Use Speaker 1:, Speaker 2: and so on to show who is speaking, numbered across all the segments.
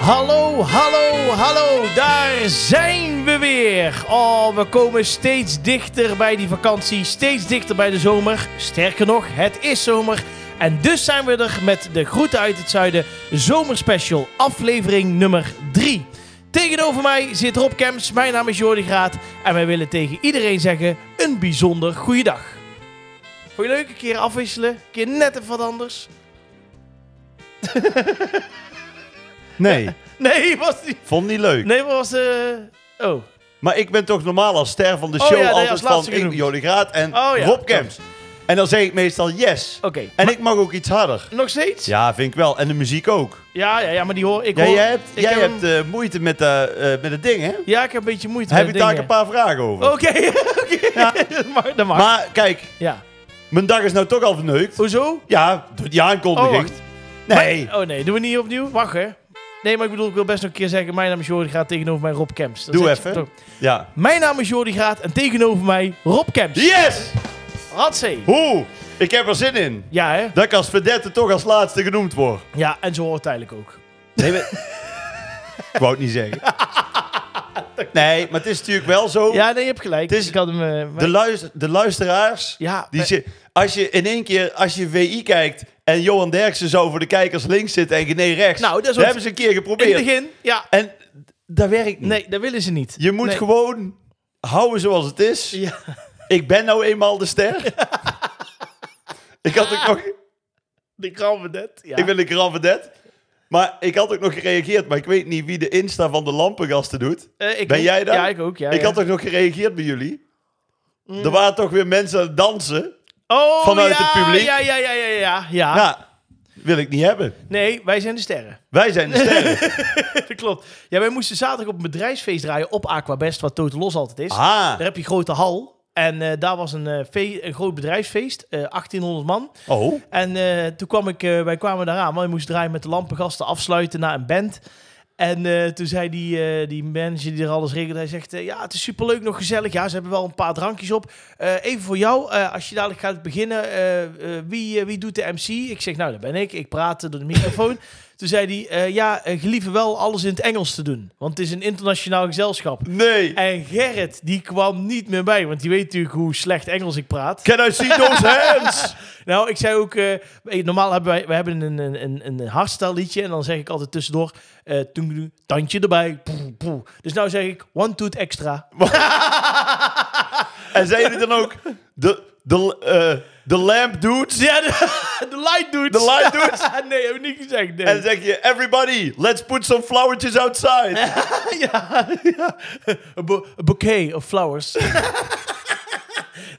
Speaker 1: Hallo, hallo, hallo, daar zijn we weer. Oh, we komen steeds dichter bij die vakantie, steeds dichter bij de zomer. Sterker nog, het is zomer. En dus zijn we er met de Groeten uit het Zuiden Zomerspecial, aflevering nummer 3. Tegenover mij zit Rob Kemps, mijn naam is Jordi Graat. En wij willen tegen iedereen zeggen, een bijzonder goeiedag. Vond je leuk een keer afwisselen? Een keer net even wat anders?
Speaker 2: Nee,
Speaker 1: Nee, was niet.
Speaker 2: vond niet leuk.
Speaker 1: Nee, maar was... eh Oh.
Speaker 2: Maar ik ben toch normaal als ster van de
Speaker 1: Oh
Speaker 2: show
Speaker 1: ja, nee, als
Speaker 2: altijd
Speaker 1: laatste
Speaker 2: van ik,
Speaker 1: genoemd.
Speaker 2: Jordi Graat en
Speaker 1: Oh ja, Oh.
Speaker 2: Rob Kemps. En dan zeg ik meestal yes.
Speaker 1: Oké.
Speaker 2: En ik mag ook iets harder.
Speaker 1: Nog steeds?
Speaker 2: Ja, vind ik wel. En de muziek ook.
Speaker 1: Ja, ja, ja, maar die hoor ik.
Speaker 2: Ja,
Speaker 1: hoor,
Speaker 2: jij hebt,
Speaker 1: ik
Speaker 2: jij
Speaker 1: heb
Speaker 2: hebt
Speaker 1: hem-
Speaker 2: eh, moeite met, de eh, met het ding, hè?
Speaker 1: ja, ik heb een beetje moeite
Speaker 2: Heb
Speaker 1: met
Speaker 2: ik daar
Speaker 1: dingen. Oh.
Speaker 2: een paar vragen over.
Speaker 1: Oké, oké.
Speaker 2: Ja.
Speaker 1: Dat mag- dat mag.
Speaker 2: Maar kijk,
Speaker 1: ja.
Speaker 2: mijn dag is nou toch al verneukt.
Speaker 1: Hoezo?
Speaker 2: Ja, door die
Speaker 1: Oh,
Speaker 2: aankondiging.
Speaker 1: wacht.
Speaker 2: nee.
Speaker 1: Oh nee, doen we niet opnieuw? Wacht hè. Nee, maar ik bedoel, ik wil best nog een keer zeggen... Mijn naam is Jordi Graat tegenover mij Rob Kemps. Dat
Speaker 2: Doe
Speaker 1: zeg je
Speaker 2: even.
Speaker 1: toch?
Speaker 2: Ja.
Speaker 1: Mijn naam is Jordi Graat en tegenover mij Rob Kemps.
Speaker 2: Yes!
Speaker 1: Hatsé.
Speaker 2: Hoe? Ik heb er zin in.
Speaker 1: Ja hè?
Speaker 2: Dat ik als verdette toch als laatste genoemd word.
Speaker 1: Ja, en zo hoort het eigenlijk ook.
Speaker 2: Nee, maar... ik wou het niet zeggen. Nee, maar het is natuurlijk wel zo.
Speaker 1: Ja, nee, je hebt gelijk.
Speaker 2: Het is-
Speaker 1: ik had hem... eh, maar-
Speaker 2: De, luister, de luisteraars,
Speaker 1: ja, eh,
Speaker 2: die
Speaker 1: maar-
Speaker 2: ze, als je in één keer, als je WI kijkt en Johan Derksen zou voor de kijkers links zitten en Gené rechts.
Speaker 1: Nou, dat is wat-
Speaker 2: hebben ze een keer
Speaker 1: in
Speaker 2: geprobeerd.
Speaker 1: het begin, ja.
Speaker 2: En dat werkt niet.
Speaker 1: Nee, dat willen ze niet.
Speaker 2: Je moet
Speaker 1: Nee.
Speaker 2: gewoon houden zoals het is.
Speaker 1: Ja.
Speaker 2: Ik ben nou eenmaal de ster. ik had ook nog,
Speaker 1: De krampen net. Ja.
Speaker 2: ik ben een grand vedette. Maar ik had ook nog gereageerd, maar ik weet niet wie de Insta van de lampengasten doet.
Speaker 1: Eh, ik
Speaker 2: Ben
Speaker 1: ook.
Speaker 2: jij dan?
Speaker 1: Ja, ik ook. Ja,
Speaker 2: ik
Speaker 1: ja. Mm.
Speaker 2: had toch nog gereageerd bij jullie? Er waren toch weer mensen aan het dansen?
Speaker 1: Oh,
Speaker 2: vanuit
Speaker 1: ja,
Speaker 2: het publiek.
Speaker 1: Ja, ja, ja, ja, ja, ja.
Speaker 2: Nou, wil ik niet hebben.
Speaker 1: Nee, wij zijn de sterren.
Speaker 2: Wij zijn de sterren.
Speaker 1: dat klopt. Ja, wij moesten zaterdag op een bedrijfsfeest draaien op Aquabest, wat Total Los altijd is.
Speaker 2: Ah,
Speaker 1: Daar heb je een grote hal. En eh, daar was een, eh, fe- een groot bedrijfsfeest, eh, 1800 man.
Speaker 2: oh.
Speaker 1: En eh, toen kwam ik, eh, wij kwamen daaraan, want ik moest draaien met de lampengasten, afsluiten naar een band. En eh, toen zei die, eh, die manager die er alles regelde, hij zegt, eh, ja, het is superleuk, nog gezellig. Ja, ze hebben wel een paar drankjes op. Eh, even voor jou, eh, als je dadelijk gaat beginnen, eh, eh, wie, eh, wie doet de MC? Ik zeg, nou, dat ben ik. Ik praat eh, door de microfoon. toen zei hij, eh, ja, eh, gelieve wel alles in het Engels te doen, want het is een internationaal gezelschap.
Speaker 2: Nee.
Speaker 1: En Gerrit, die kwam niet meer bij, want die weet natuurlijk hoe slecht Engels ik praat.
Speaker 2: Can I see those hands?
Speaker 1: Nou, ik zei ook, eh, eh, normaal hebben wij, wij hebben een, een, een, een hardstyle liedje en dan zeg ik altijd tussendoor, eh toen tandje erbij, poe, poe. Dus nou zeg ik, one tooth extra.
Speaker 2: En zijn jullie dan ook de, de, eh, de lamp dudes?
Speaker 1: Ja, de, de light doet.
Speaker 2: De light dudes?
Speaker 1: nee, heb ik niet gezegd. Nee.
Speaker 2: En dan zeg je, everybody, let's put some flowertjes outside.
Speaker 1: ja, ja. Een bo- een bouquet of flowers.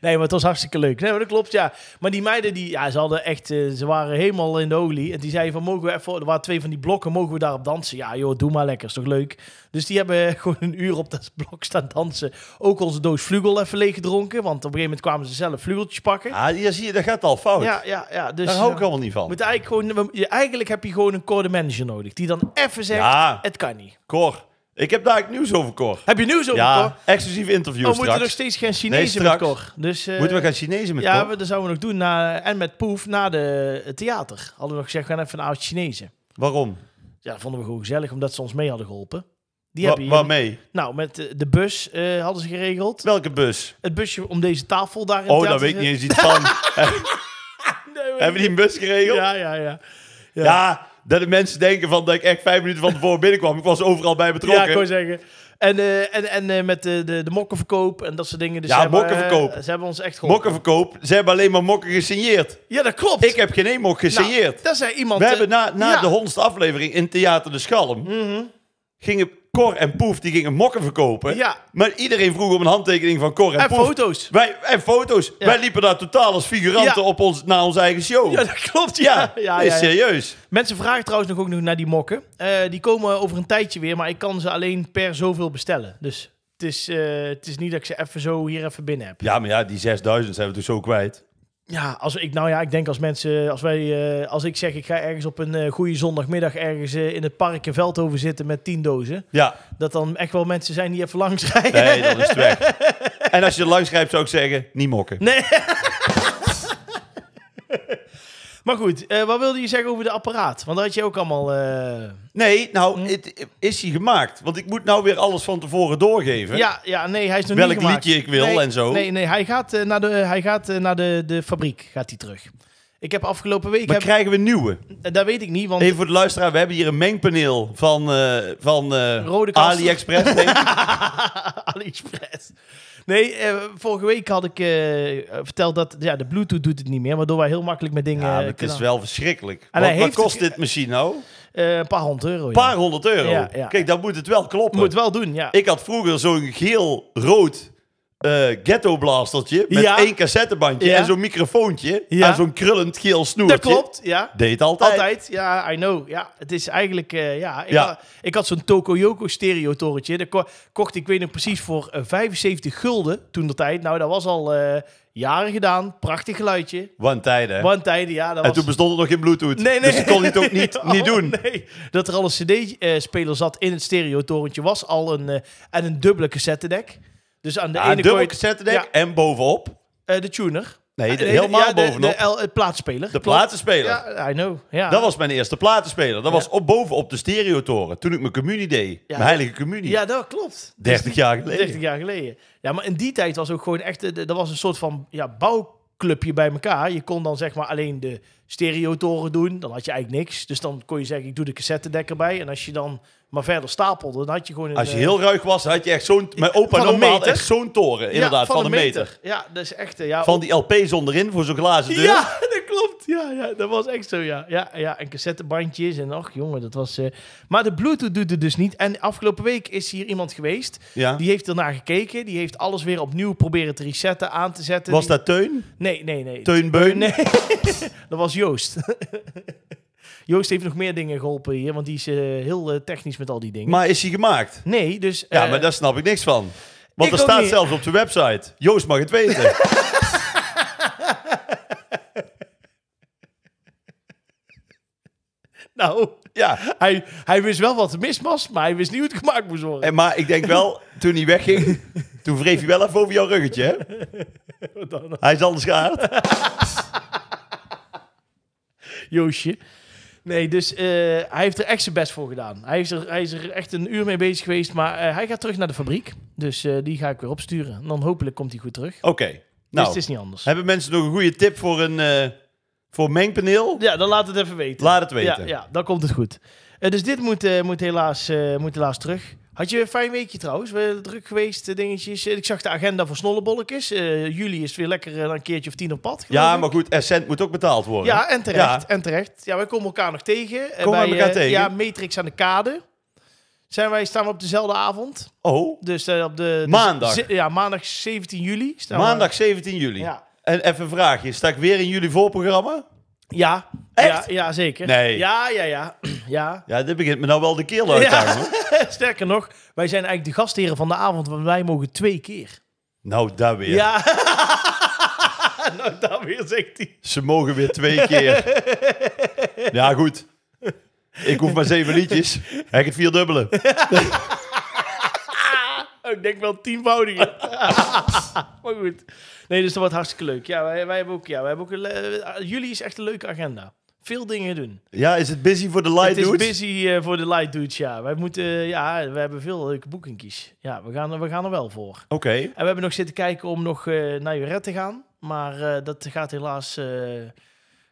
Speaker 1: Nee, maar het was hartstikke leuk. Nee, maar dat klopt, ja. Maar die meiden, die, ja, ze, hadden echt, eh, ze waren helemaal in de olie. En die zeiden van, mogen we even... Er waren twee van die blokken, mogen we daarop dansen? Ja, joh, doe maar lekker, is toch leuk? Dus die hebben gewoon een uur op dat blok staan dansen. Ook onze doos vlugel even leeggedronken. Want op een gegeven moment kwamen ze zelf vlugeltjes pakken.
Speaker 2: Ah, hier zie je, dat gaat al fout.
Speaker 1: Ja, ja, ja. Dus,
Speaker 2: Daar hou
Speaker 1: eh,
Speaker 2: ik allemaal niet van.
Speaker 1: moet eigenlijk, gewoon, je- eigenlijk heb je gewoon een code manager nodig. Die dan even zegt,
Speaker 2: Ja.
Speaker 1: het kan niet.
Speaker 2: Cor, ik heb daar nieuws over, Cor.
Speaker 1: Heb je nieuws over,
Speaker 2: Ja,
Speaker 1: Cor?
Speaker 2: exclusief interview
Speaker 1: Oh, we moeten nog
Speaker 2: straks.
Speaker 1: steeds geen Chinezen
Speaker 2: Nee,
Speaker 1: met
Speaker 2: straks.
Speaker 1: Cor. Dus, eh,
Speaker 2: Moeten we gaan Chinezen met
Speaker 1: Ja,
Speaker 2: Cor?
Speaker 1: we, dat zouden we nog doen. Na, en met Poef na de, het theater. Hadden we nog gezegd, we gaan even naar oud-Chinezen.
Speaker 2: Waarom?
Speaker 1: Ja, dat vonden we gewoon gezellig, omdat ze ons mee hadden geholpen. Die
Speaker 2: Wa-
Speaker 1: hebben hier-
Speaker 2: waarmee?
Speaker 1: Nou, met eh, de bus eh, hadden ze geregeld.
Speaker 2: Welke bus?
Speaker 1: Het busje om deze tafel daar in het
Speaker 2: Oh, daar
Speaker 1: theater
Speaker 2: Oh, weet ik
Speaker 1: te
Speaker 2: niet eens iets van.
Speaker 1: zetten. Nee, weet ik
Speaker 2: Hebben die een bus geregeld?
Speaker 1: Ja, ja, ja.
Speaker 2: Ja. dat de mensen denken van dat ik echt vijf minuten van tevoren binnenkwam. Ik was overal bij
Speaker 1: Ja,
Speaker 2: betrokken.
Speaker 1: ik wou zeggen. En, eh, en, en eh, met de, de, de mokkenverkoop en dat soort dingen. Dus
Speaker 2: Ja,
Speaker 1: ze hebben, eh,
Speaker 2: mokkenverkoop.
Speaker 1: Ze hebben ons echt geholpen.
Speaker 2: Mokkenverkoop, ze hebben alleen maar mokken gesigneerd.
Speaker 1: Ja, dat klopt.
Speaker 2: Ik heb geen één mok gesigneerd.
Speaker 1: Nou, dat zei iemand...
Speaker 2: We
Speaker 1: eh,
Speaker 2: hebben na, na
Speaker 1: ja. Mhm.
Speaker 2: de honderdste aflevering in Theater de Schalm... gingen Cor en Poef die gingen mokken verkopen.
Speaker 1: Ja.
Speaker 2: Maar iedereen vroeg om een handtekening van Cor en,
Speaker 1: En
Speaker 2: Poef.
Speaker 1: foto's.
Speaker 2: Wij, en foto's.
Speaker 1: Ja.
Speaker 2: Wij liepen daar totaal als figuranten
Speaker 1: Ja.
Speaker 2: op ons, naar onze eigen show.
Speaker 1: Ja,
Speaker 2: Ja,
Speaker 1: dat klopt. Ja, ja, ja,
Speaker 2: nee,
Speaker 1: ja.
Speaker 2: serieus.
Speaker 1: Mensen vragen trouwens nog ook nog naar die mokken. Eh, die komen over een tijdje weer, maar ik kan ze alleen per zoveel bestellen. Dus het is, eh, het is niet dat ik ze even zo hier even binnen heb.
Speaker 2: Ja, maar ja, die 6000 zijn we dus zo kwijt.
Speaker 1: Ja, als ik, nou ja, ik denk als mensen, als wij, eh, als ik zeg ik ga ergens op een eh, goede zondagmiddag ergens eh, in het park in Veldhoven zitten met tien dozen,
Speaker 2: Ja,
Speaker 1: dat dan echt wel mensen zijn die even langs rijden.
Speaker 2: nee, dan is het weg. En als je er langs grijpt zou ik zeggen, niet mokken.
Speaker 1: Nee. Maar goed, eh, wat wilde je zeggen over de apparaat? Want dat had je ook allemaal... eh,
Speaker 2: Nee, nou,
Speaker 1: Hm?
Speaker 2: het, is hij gemaakt? Want ik moet nou weer alles van tevoren doorgeven.
Speaker 1: Ja, ja, nee, hij is nog
Speaker 2: Welk
Speaker 1: niet gemaakt.
Speaker 2: liedje ik wil
Speaker 1: Nee,
Speaker 2: en zo.
Speaker 1: Nee, nee, hij gaat eh, naar de, hij gaat, eh, naar de, de fabriek, gaat hij terug. Ik heb afgelopen week,
Speaker 2: maar
Speaker 1: heb,
Speaker 2: krijgen we nieuwe?
Speaker 1: eh, dat weet ik niet, want
Speaker 2: Even voor de luisteraar, we hebben hier een mengpaneel van, eh, van eh,
Speaker 1: Rode kasten.
Speaker 2: AliExpress. denk ik.
Speaker 1: AliExpress. Nee, eh, vorige week had ik eh, verteld dat ja, de Bluetooth doet het niet meer, waardoor wij heel makkelijk met dingen...
Speaker 2: ja,
Speaker 1: eh,
Speaker 2: het
Speaker 1: kunnen-
Speaker 2: is wel verschrikkelijk.
Speaker 1: En
Speaker 2: Wat,
Speaker 1: hij
Speaker 2: wat
Speaker 1: heeft-
Speaker 2: kost dit machine nou? Een
Speaker 1: Eh, een paar honderd euro. ja.
Speaker 2: paar honderd euro.
Speaker 1: Ja, ja.
Speaker 2: Kijk, dan moet het wel kloppen.
Speaker 1: Moet wel doen, ja.
Speaker 2: Ik had vroeger zo'n geel-rood eh ghetto-blastertje met
Speaker 1: Ja.
Speaker 2: één cassettebandje
Speaker 1: Ja.
Speaker 2: en zo'n microfoontje
Speaker 1: Ja.
Speaker 2: en zo'n krullend geel snoertje.
Speaker 1: dat klopt, ja.
Speaker 2: Deed altijd.
Speaker 1: Altijd, ja, I know. Ja, het is eigenlijk, eh, ja. Ik,
Speaker 2: Ja.
Speaker 1: Had, ik had zo'n Tokoyoko stereotorentje. Dat ko- kocht ik, weet nog precies, voor eh, 75 gulden toen de tijd. Nou, dat was al eh, jaren gedaan. Prachtig geluidje.
Speaker 2: Want tijden. hè?
Speaker 1: Want tijden, ja, dat
Speaker 2: En
Speaker 1: was...
Speaker 2: toen bestond het nog geen Bluetooth.
Speaker 1: Nee, nee.
Speaker 2: Dus ik kon het ook niet, niet
Speaker 1: Oh,
Speaker 2: doen.
Speaker 1: Nee. Dat er al een cd-speler zat in het stereotorentje was al een... eh, en een dubbele cassettedek. Dus aan de
Speaker 2: Ja,
Speaker 1: ene
Speaker 2: Ah, een
Speaker 1: kant...
Speaker 2: dubbel cassettedek
Speaker 1: Ja.
Speaker 2: en bovenop.
Speaker 1: eh, de tuner.
Speaker 2: Nee, de-
Speaker 1: Eh,
Speaker 2: helemaal
Speaker 1: ja, de-
Speaker 2: bovenop.
Speaker 1: De, L- eh, plaatspeler.
Speaker 2: De
Speaker 1: Klopt.
Speaker 2: platenspeler.
Speaker 1: Ja, I know. Ja.
Speaker 2: Dat was mijn eerste platenspeler. Dat was op, bovenop de stereotoren. Toen ik mijn communie deed.
Speaker 1: Ja.
Speaker 2: Mijn heilige communie.
Speaker 1: ja, dat klopt.
Speaker 2: 30 jaar geleden.
Speaker 1: 30 jaar geleden. Ja, maar in die tijd was ook gewoon echt... eh, de- Dat was een soort van ja, bouwclubje bij elkaar. Je kon dan zeg maar alleen de stereotoren doen. Dan had je eigenlijk niks. Dus dan kon je zeggen, ik doe de cassettedek erbij. En als je dan maar verder stapelde, dan had je gewoon een...
Speaker 2: Als je
Speaker 1: eh,
Speaker 2: heel ruig was, had je echt zo'n... Mijn opa
Speaker 1: Van
Speaker 2: en
Speaker 1: een
Speaker 2: oma had
Speaker 1: meter.
Speaker 2: echt zo'n toren.
Speaker 1: ja,
Speaker 2: Inderdaad, van, een meter.
Speaker 1: Ja, dat is echt... eh, Ja,
Speaker 2: Van die LP's onderin voor zo'n glazen deur.
Speaker 1: Ja, dat klopt. Ja, ja, dat was echt zo, ja. Ja, ja en cassettebandjes en och jongen, dat was... eh, Maar de bluetooth doet het dus niet. En afgelopen week is hier iemand geweest,
Speaker 2: Ja.
Speaker 1: die heeft ernaar gekeken. Die heeft alles weer opnieuw proberen te resetten, aan te zetten.
Speaker 2: Was
Speaker 1: Die-
Speaker 2: dat Teun?
Speaker 1: Nee, nee, nee.
Speaker 2: Teun Beun?
Speaker 1: Nee, dat was Joost. Joost heeft nog meer dingen geholpen hier, want die is eh, heel eh, technisch met al die dingen.
Speaker 2: Maar is hij gemaakt?
Speaker 1: nee, dus...
Speaker 2: Ja,
Speaker 1: eh,
Speaker 2: maar daar snap ik niks van.
Speaker 1: ik
Speaker 2: Want er
Speaker 1: ook
Speaker 2: staat
Speaker 1: niet.
Speaker 2: zelfs op de website. Joost mag het weten.
Speaker 1: Nou,
Speaker 2: ja.
Speaker 1: hij, hij wist wel wat er mis was, maar hij wist niet hoe het gemaakt moest worden.
Speaker 2: En, maar ik denk wel, toen hij wegging... Toen wreef hij wel even over jouw ruggetje, hè?
Speaker 1: Wat dan?
Speaker 2: Hij is anders gehaald.
Speaker 1: Joosje. Nee, dus eh, hij heeft er echt zijn best voor gedaan. Hij, heeft er, hij is er echt een uur mee bezig geweest. Maar eh, hij gaat terug naar de fabriek. Dus eh, die ga ik weer opsturen. En dan hopelijk komt hij goed terug.
Speaker 2: Oké.
Speaker 1: dus
Speaker 2: Nou,
Speaker 1: het is niet anders.
Speaker 2: hebben mensen nog een goede tip voor een eh, voor mengpaneel?
Speaker 1: Ja, dan laat het even weten.
Speaker 2: Laat het weten.
Speaker 1: Ja, ja dan komt het goed. Eh, dus dit moet, eh, moet, helaas, eh, moet helaas terug. Had je een fijn weekje trouwens? We druk geweest, eh, dingetjes. Eh, Ik zag de agenda voor snollebolletjes. Eh, juli is het weer lekker eh, een keertje of tien op pad. geloof
Speaker 2: Ja,
Speaker 1: ik.
Speaker 2: maar goed, Essent moet ook betaald worden.
Speaker 1: Ja, en terecht.
Speaker 2: Ja.
Speaker 1: En terecht. Ja, wij komen elkaar nog tegen. Eh,
Speaker 2: Komen wij
Speaker 1: bij,
Speaker 2: elkaar
Speaker 1: eh,
Speaker 2: tegen?
Speaker 1: Ja, Matrix aan de kade. Zijn wij, staan we op dezelfde avond.
Speaker 2: Oh,
Speaker 1: Dus eh, op de... de-
Speaker 2: Maandag.
Speaker 1: ze- ja, maandag 17 juli. staan we-
Speaker 2: maandag 17 juli.
Speaker 1: eh, Ja.
Speaker 2: En even een vraagje. Sta ik weer in jullie voorprogramma?
Speaker 1: Ja.
Speaker 2: Echt?
Speaker 1: Ja, ja, zeker.
Speaker 2: Nee.
Speaker 1: Ja, ja, ja. ja.
Speaker 2: Ja, dit begint me nou wel de keel uit te
Speaker 1: Ja.
Speaker 2: hangen.
Speaker 1: Sterker nog, wij zijn eigenlijk de gastheren van de avond, want wij mogen twee keer.
Speaker 2: Nou, daar weer.
Speaker 1: Ja. nou, daar weer zegt hij.
Speaker 2: Ze mogen weer twee keer. ja, goed. Ik hoef maar zeven liedjes. Hij het vier dubbele.
Speaker 1: Oh, ik denk wel tienvoudiger. maar goed. Nee, dus dat wordt hartstikke leuk. Ja, wij, wij hebben ook... Ja, wij hebben ook een, le- eh, juli is echt een leuke agenda. Veel dingen doen.
Speaker 2: Ja, is het busy voor de light
Speaker 1: Het is
Speaker 2: dudes?
Speaker 1: busy eh, voor de light dudes, ja. Wij moeten... eh, ja, we hebben veel leuke boekingkies. Ja, we gaan, er- we gaan er wel voor.
Speaker 2: Oké.
Speaker 1: En we hebben nog zitten kijken om nog eh, naar Juret te gaan. Maar eh, dat gaat helaas... eh,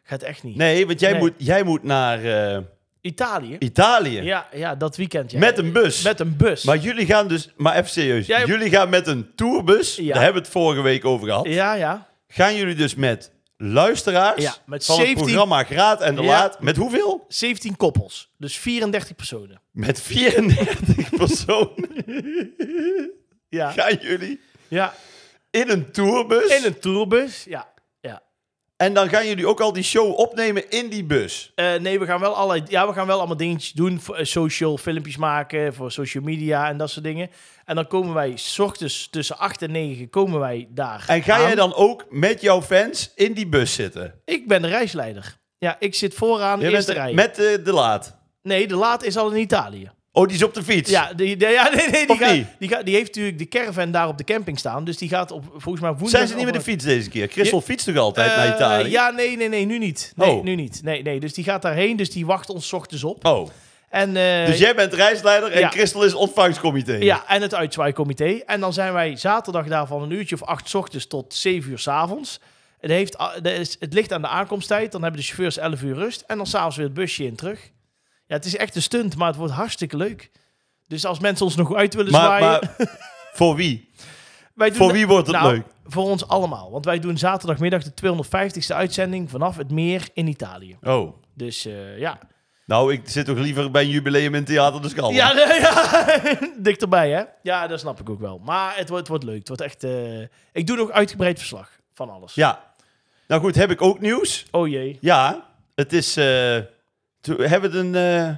Speaker 1: gaat echt niet.
Speaker 2: Nee, want jij,
Speaker 1: Nee.
Speaker 2: Moet, jij moet naar eh,
Speaker 1: Italië?
Speaker 2: Italië.
Speaker 1: Ja, ja, dat weekend. Ja.
Speaker 2: Met een bus.
Speaker 1: Met een bus.
Speaker 2: Maar jullie gaan dus, maar even serieus.
Speaker 1: Jij-
Speaker 2: Jullie gaan met een tourbus,
Speaker 1: Ja.
Speaker 2: daar hebben we het vorige week over gehad.
Speaker 1: Ja, ja.
Speaker 2: Gaan jullie dus met luisteraars
Speaker 1: Ja, met
Speaker 2: van
Speaker 1: 17
Speaker 2: het programma Graat en de
Speaker 1: Ja.
Speaker 2: Laat. Met hoeveel?
Speaker 1: 17 koppels. Dus 34 personen.
Speaker 2: Met 34 personen
Speaker 1: Ja.
Speaker 2: gaan jullie
Speaker 1: ja.
Speaker 2: in een tourbus.
Speaker 1: In een tourbus. Ja. ja.
Speaker 2: En dan gaan jullie ook al die show opnemen in die bus.
Speaker 1: Eh, nee, we gaan wel allerlei, ja, we gaan wel allemaal dingetjes doen. Voor, eh, social filmpjes maken, voor social media en dat soort dingen. En dan komen wij s ochtends tussen 8 en 9 komen wij daar.
Speaker 2: En ga
Speaker 1: aan.
Speaker 2: jij dan ook met jouw fans in die bus zitten?
Speaker 1: Ik ben de reisleider. Ja, ik zit vooraan
Speaker 2: Jij
Speaker 1: in de
Speaker 2: bent
Speaker 1: rij.
Speaker 2: met eh, de Laat.
Speaker 1: Nee, de laat is al in Italië.
Speaker 2: Oh, die is op de fiets.
Speaker 1: Ja, die, die- ja nee, nee, die,
Speaker 2: Of
Speaker 1: gaat,
Speaker 2: niet?
Speaker 1: die, gaat, die heeft natuurlijk de caravan daar op de camping staan. Dus die gaat op, volgens mij woensdag...
Speaker 2: Zijn ze niet
Speaker 1: of-
Speaker 2: met de fiets deze keer? Christel
Speaker 1: Ja.
Speaker 2: fietst toch altijd naar
Speaker 1: Eh,
Speaker 2: Italië?
Speaker 1: Ja, nee, nee, nee, nu niet. Nee,
Speaker 2: Oh.
Speaker 1: nu niet. Nee, nee. Dus die gaat daarheen, dus die wacht ons 's ochtends op.
Speaker 2: Oh,
Speaker 1: En, eh,
Speaker 2: dus jij bent reisleider en
Speaker 1: ja.
Speaker 2: Christel is ontvangstcomité.
Speaker 1: Ja, en het uitzwaaicomité. En dan zijn wij zaterdag daar van een uurtje of acht 's ochtends tot zeven uur 's avonds. Het, heeft, a- dat is- het ligt aan de aankomsttijd. Dan hebben de chauffeurs 11 uur rust. En dan s'avonds weer het busje in terug. Ja, het is echt een stunt, maar het wordt hartstikke leuk. Dus als mensen ons nog uit willen
Speaker 2: Maar,
Speaker 1: zwaaien...
Speaker 2: maar voor wie?
Speaker 1: wij doen
Speaker 2: Voor wie wordt het
Speaker 1: nou,
Speaker 2: leuk?
Speaker 1: Voor ons allemaal. Want wij doen zaterdagmiddag de 250ste uitzending vanaf het meer in Italië.
Speaker 2: Oh,
Speaker 1: Dus eh, ja.
Speaker 2: nou, ik zit toch liever bij een jubileum in Theater de Scala.
Speaker 1: Ja, nee, ja. dichterbij hè? Ja, dat snap ik ook wel. Maar het wordt, het wordt leuk. Het wordt echt... eh, Ik doe nog uitgebreid verslag van alles.
Speaker 2: Ja. Nou goed, heb ik ook nieuws?
Speaker 1: Oh jee.
Speaker 2: Ja, het is... eh, to- hebben we het een eh,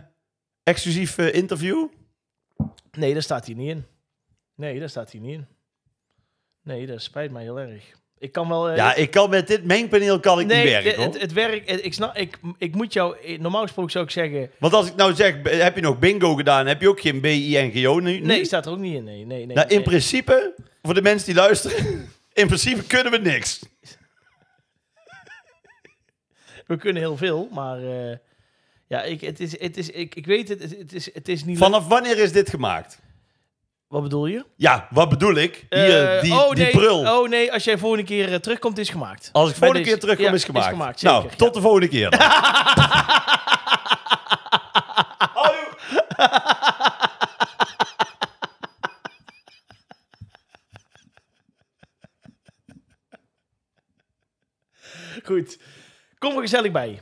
Speaker 2: exclusief eh, interview?
Speaker 1: Nee, daar staat hij niet in. Nee, daar staat hij niet in. Nee, dat spijt mij heel erg. Ik kan wel... eh,
Speaker 2: ja, ik kan met dit mengpaneel kan ik
Speaker 1: nee, eh,
Speaker 2: niet werken,
Speaker 1: het,
Speaker 2: hoor.
Speaker 1: het, het werk... het- ik, snap, ik, ik moet jou... eh, Normaal gesproken zou ik zeggen...
Speaker 2: Want als ik nou zeg, b- heb je nog bingo gedaan? Heb je ook geen B-I-N-G-O nu? nu?
Speaker 1: Nee, staat er ook niet in. Nee, nee, nee.
Speaker 2: nou, in
Speaker 1: nee.
Speaker 2: principe, voor de mensen die luisteren... in principe kunnen we niks.
Speaker 1: We kunnen heel veel, maar... eh, ja, ik, het is, het is, ik, ik weet het, het- het is, het is niet... leuk.
Speaker 2: Vanaf wanneer is dit gemaakt?
Speaker 1: Wat bedoel je?
Speaker 2: Ja, wat bedoel ik? Die, eh,
Speaker 1: Eh,
Speaker 2: die,
Speaker 1: oh,
Speaker 2: die
Speaker 1: nee.
Speaker 2: prul. Oh.
Speaker 1: Oh nee, als jij volgende keer eh, terugkomt, is gemaakt.
Speaker 2: Als ik
Speaker 1: Bij
Speaker 2: volgende
Speaker 1: deze.
Speaker 2: keer terugkom,
Speaker 1: Ja,
Speaker 2: is gemaakt.
Speaker 1: zeker.
Speaker 2: nou, tot de volgende keer. dan. Houdoe.
Speaker 1: Ja, goed. Kom er gezellig bij.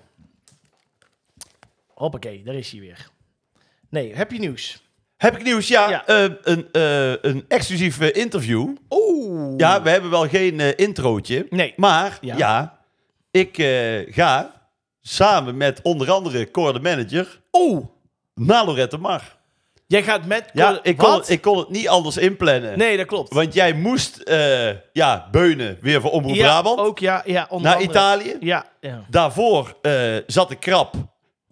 Speaker 1: Hoppakee, daar is hij weer. Nee, heb je nieuws?
Speaker 2: Heb ik nieuws? Ja,
Speaker 1: Ja.
Speaker 2: eh, een, eh, een exclusief eh, interview.
Speaker 1: Oeh.
Speaker 2: Ja, we hebben wel geen eh, introotje.
Speaker 1: Nee.
Speaker 2: Maar
Speaker 1: Ja.
Speaker 2: ja, ik eh, ga samen met onder andere Cor de Manager
Speaker 1: Oeh.
Speaker 2: naar Lorette Mar.
Speaker 1: Jij gaat met...
Speaker 2: Ja,
Speaker 1: Oh. Cor-
Speaker 2: ik, kon,
Speaker 1: Wat?
Speaker 2: het- ik kon het niet anders inplannen.
Speaker 1: Nee, dat klopt.
Speaker 2: Want jij moest eh, ja, beunen weer voor Omroep
Speaker 1: ja,
Speaker 2: Brabant
Speaker 1: Ook, ja, ja. onder
Speaker 2: naar
Speaker 1: andere.
Speaker 2: Italië.
Speaker 1: Ja, ja.
Speaker 2: Daarvoor eh, zat ik krap.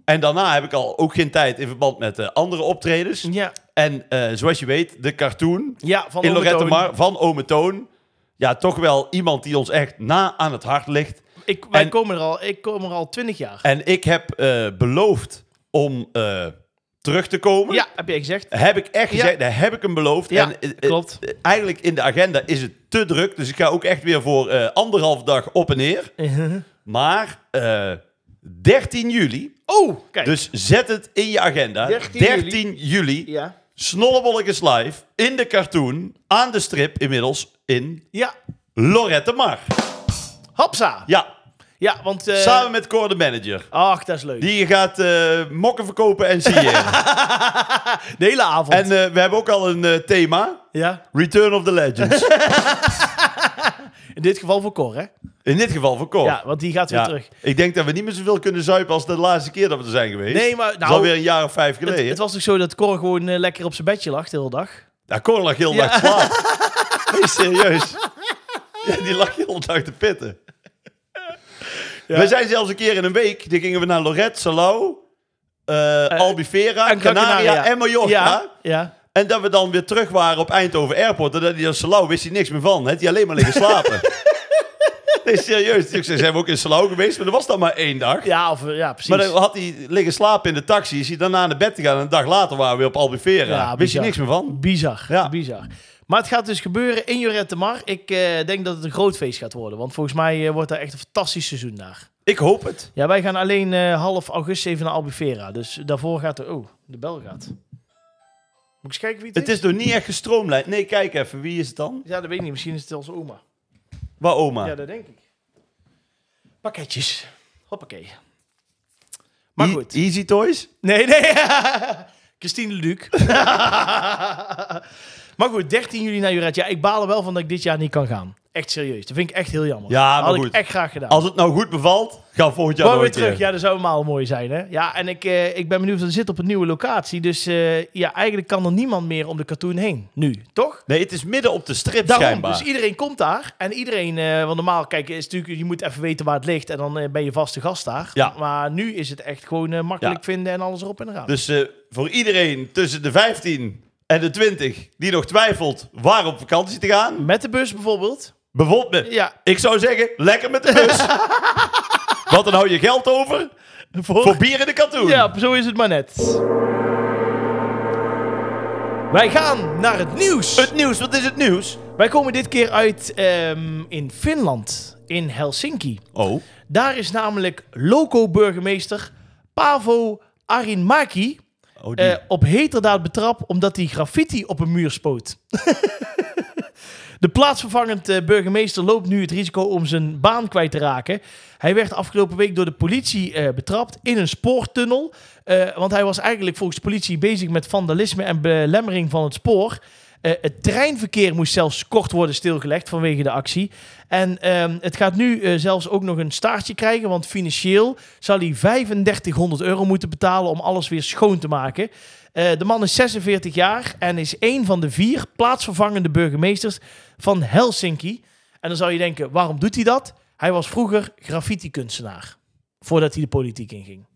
Speaker 2: En daarna heb ik al ook geen tijd in verband met eh, andere optredens.
Speaker 1: Ja,
Speaker 2: En eh, zoals je weet, de cartoon
Speaker 1: ja van
Speaker 2: in
Speaker 1: Ome
Speaker 2: Lorette
Speaker 1: Toon.
Speaker 2: Mar van Ome Toon. Ja, toch wel iemand die ons echt na aan het hart ligt.
Speaker 1: Ik, wij
Speaker 2: En-
Speaker 1: komen er al, ik kom er al twintig jaar.
Speaker 2: En ik heb eh, beloofd om eh, terug te komen.
Speaker 1: Ja, heb je gezegd.
Speaker 2: Heb ik echt gezegd, daar heb ik hem beloofd.
Speaker 1: Ja,
Speaker 2: en, eh, eh,
Speaker 1: klopt.
Speaker 2: eh, eigenlijk in de agenda is het te druk. Dus ik ga ook echt weer voor eh, anderhalf dag op en neer. Maar eh, 13 juli,
Speaker 1: Oh, kijk.
Speaker 2: Dus zet het in je agenda.
Speaker 1: 13
Speaker 2: 13,
Speaker 1: juli.
Speaker 2: juli.
Speaker 1: Ja.
Speaker 2: Snollebollek is live in de cartoon aan de strip inmiddels in
Speaker 1: Ja.
Speaker 2: Lorette Mar.
Speaker 1: Hapsa.
Speaker 2: Ja,
Speaker 1: Ja, want... eh,
Speaker 2: samen met Cor de manager.
Speaker 1: Ach, dat is leuk.
Speaker 2: Die je gaat eh, mokken verkopen en signeren.
Speaker 1: De hele avond.
Speaker 2: en eh, we hebben ook al een eh, thema.
Speaker 1: ja.
Speaker 2: Return of the Legends.
Speaker 1: In dit geval voor Cor, hè?
Speaker 2: in dit geval voor Cor.
Speaker 1: Ja, want die gaat weer
Speaker 2: Ja.
Speaker 1: terug.
Speaker 2: Ik denk dat we niet meer zoveel kunnen zuipen als de laatste keer dat we er zijn geweest.
Speaker 1: Nee, maar
Speaker 2: dat is
Speaker 1: nou,
Speaker 2: alweer een jaar of vijf geleden.
Speaker 1: Het was toch zo dat Cor gewoon eh, lekker op zijn bedje lag de hele dag?
Speaker 2: Ja, Nou, Cor lag heel
Speaker 1: Ja.
Speaker 2: dag te slapen. Nee, serieus. Ja, die lag heel dag te pitten. We zijn zelfs een keer in een week, die gingen we naar Lorette, Salau, eh Albufeira,
Speaker 1: en
Speaker 2: Canaria,
Speaker 1: Canaria.
Speaker 2: en Mallorca.
Speaker 1: Ja, ja.
Speaker 2: En dat we dan weer terug waren op Eindhoven Airport. En dat die in Salau wist hij niks meer van. Had hij alleen maar liggen slapen. nee, serieus. Ik zei, zijn we ook in Salau geweest, maar dat was dan maar één dag.
Speaker 1: Ja, of, eh, ja precies.
Speaker 2: Maar dan had hij liggen slapen in de taxi. Is hij daarna naar bed gegaan en een dag later waren we weer op Albufeira.
Speaker 1: Ja,
Speaker 2: wist
Speaker 1: bizar.
Speaker 2: hij niks meer van.
Speaker 1: Bizar,
Speaker 2: Ja.
Speaker 1: bizar. Maar het gaat dus gebeuren in Jorette Mar. Ik eh, denk dat het een groot feest gaat worden. Want volgens mij eh, wordt daar echt een fantastisch seizoen daar.
Speaker 2: Ik hoop het.
Speaker 1: Ja, wij gaan alleen eh, half augustus even naar Albufeira. Dus daarvoor gaat er... Oh, de bel gaat. Moet ik eens kijken wie het,
Speaker 2: Het is nog niet echt gestroomlijnd. Nee, kijk even. Wie is Ah. het dan?
Speaker 1: Ja, dat weet ik niet. Misschien is het onze oma.
Speaker 2: Waar oma?
Speaker 1: Ja, dat denk ik. Pakketjes. Hoppakee. Maar
Speaker 2: E-
Speaker 1: goed.
Speaker 2: Easy Toys?
Speaker 1: Nee, nee. Christine Luc. maar goed, 13 juli naar Juret. Ja, ik baal er wel van dat ik dit jaar niet kan gaan. echt serieus. Dat vind ik echt heel jammer.
Speaker 2: Ja, maar
Speaker 1: Had
Speaker 2: goed.
Speaker 1: ik echt graag gedaan.
Speaker 2: Als het nou goed bevalt, ga volgend jaar
Speaker 1: Gewoon
Speaker 2: nog
Speaker 1: weer
Speaker 2: een keer.
Speaker 1: terug. Ja, dat zou helemaal mooi zijn, hè? Ja, en ik, eh, ik ben benieuwd, we zitten op een nieuwe locatie. Dus eh, ja, eigenlijk kan er niemand meer om de cartoon heen. Nu, toch?
Speaker 2: Nee, het is midden op de strip
Speaker 1: Daarom,
Speaker 2: schijnbaar.
Speaker 1: dus iedereen komt daar. En iedereen, eh, want normaal, kijk, is natuurlijk, je moet even weten waar het ligt. En dan eh, ben je vaste gast daar.
Speaker 2: Ja.
Speaker 1: Maar nu is het echt gewoon eh, makkelijk
Speaker 2: Ja.
Speaker 1: vinden en alles erop en eraan.
Speaker 2: Dus eh, voor iedereen tussen de 15 en de 20 die nog twijfelt waar op vakantie te gaan,
Speaker 1: Met de bus bijvoorbeeld.
Speaker 2: bijvoorbeeld,
Speaker 1: Ja,
Speaker 2: ik zou zeggen, lekker met de bus. Want dan hou je geld over
Speaker 1: voor...
Speaker 2: voor bier in de katoen.
Speaker 1: Ja, zo is het maar net. Wij gaan naar het nieuws.
Speaker 2: Het nieuws, wat is het nieuws?
Speaker 1: Wij komen dit keer uit ehm, in Finland, in Helsinki.
Speaker 2: Oh,
Speaker 1: Daar is namelijk loco-burgemeester Paavo Arinmäki
Speaker 2: oh die.
Speaker 1: eh, op heterdaad betrapt omdat hij graffiti op een muur spoot. De plaatsvervangend eh, burgemeester loopt nu het risico om zijn baan kwijt te raken. Hij werd afgelopen week door de politie eh, betrapt in een spoortunnel. eh, want hij was eigenlijk volgens de politie bezig met vandalisme en belemmering van het spoor. Eh, het treinverkeer moest zelfs kort worden stilgelegd vanwege de actie. En ehm, het gaat nu eh, zelfs ook nog een staartje krijgen, want financieel zal hij 3500 euro moeten betalen om alles weer schoon te maken. Eh, de man is 46 jaar en is één van de vier plaatsvervangende burgemeesters van Helsinki. En dan zou je denken, waarom doet hij dat? Hij was vroeger graffiti-kunstenaar, voordat hij de politiek inging.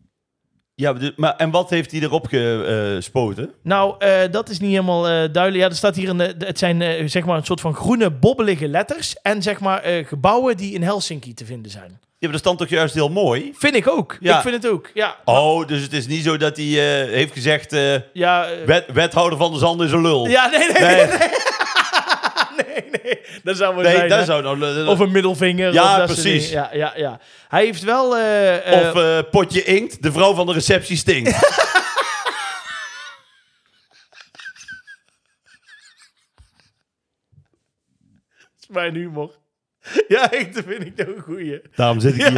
Speaker 2: ja, maar- maar, en wat heeft hij erop gespoten?
Speaker 1: Nou, eh, dat is niet helemaal eh, duidelijk. Ja, er staat hier een, eh, het zijn eh, zeg maar een soort van groene bobbelige letters en zeg maar eh, gebouwen die in Helsinki te vinden zijn.
Speaker 2: Ja, maar dat stond toch juist heel mooi?
Speaker 1: Vind ik ook.
Speaker 2: Ja.
Speaker 1: Ik vind het ook. Ja.
Speaker 2: Oh, dus het is niet zo dat hij eh, heeft gezegd, eh,
Speaker 1: Ja, eh,
Speaker 2: wet- wethouder van de Zanden is een lul.
Speaker 1: ja nee, nee, nee.
Speaker 2: nee,
Speaker 1: nee, nee. Dat zou wel
Speaker 2: nee,
Speaker 1: zijn, hè?
Speaker 2: dat zou nou...
Speaker 1: Of een middelvinger.
Speaker 2: Ja,
Speaker 1: of dat soort
Speaker 2: precies.
Speaker 1: dingen. Ja, ja, ja. Hij heeft wel... eh, eh,
Speaker 2: Of eh, potje inkt, de vrouw van de receptie stinkt.
Speaker 1: mijn humor. Ja, echt, dat vind ik nou een goeie.
Speaker 2: Daarom zit ik hier.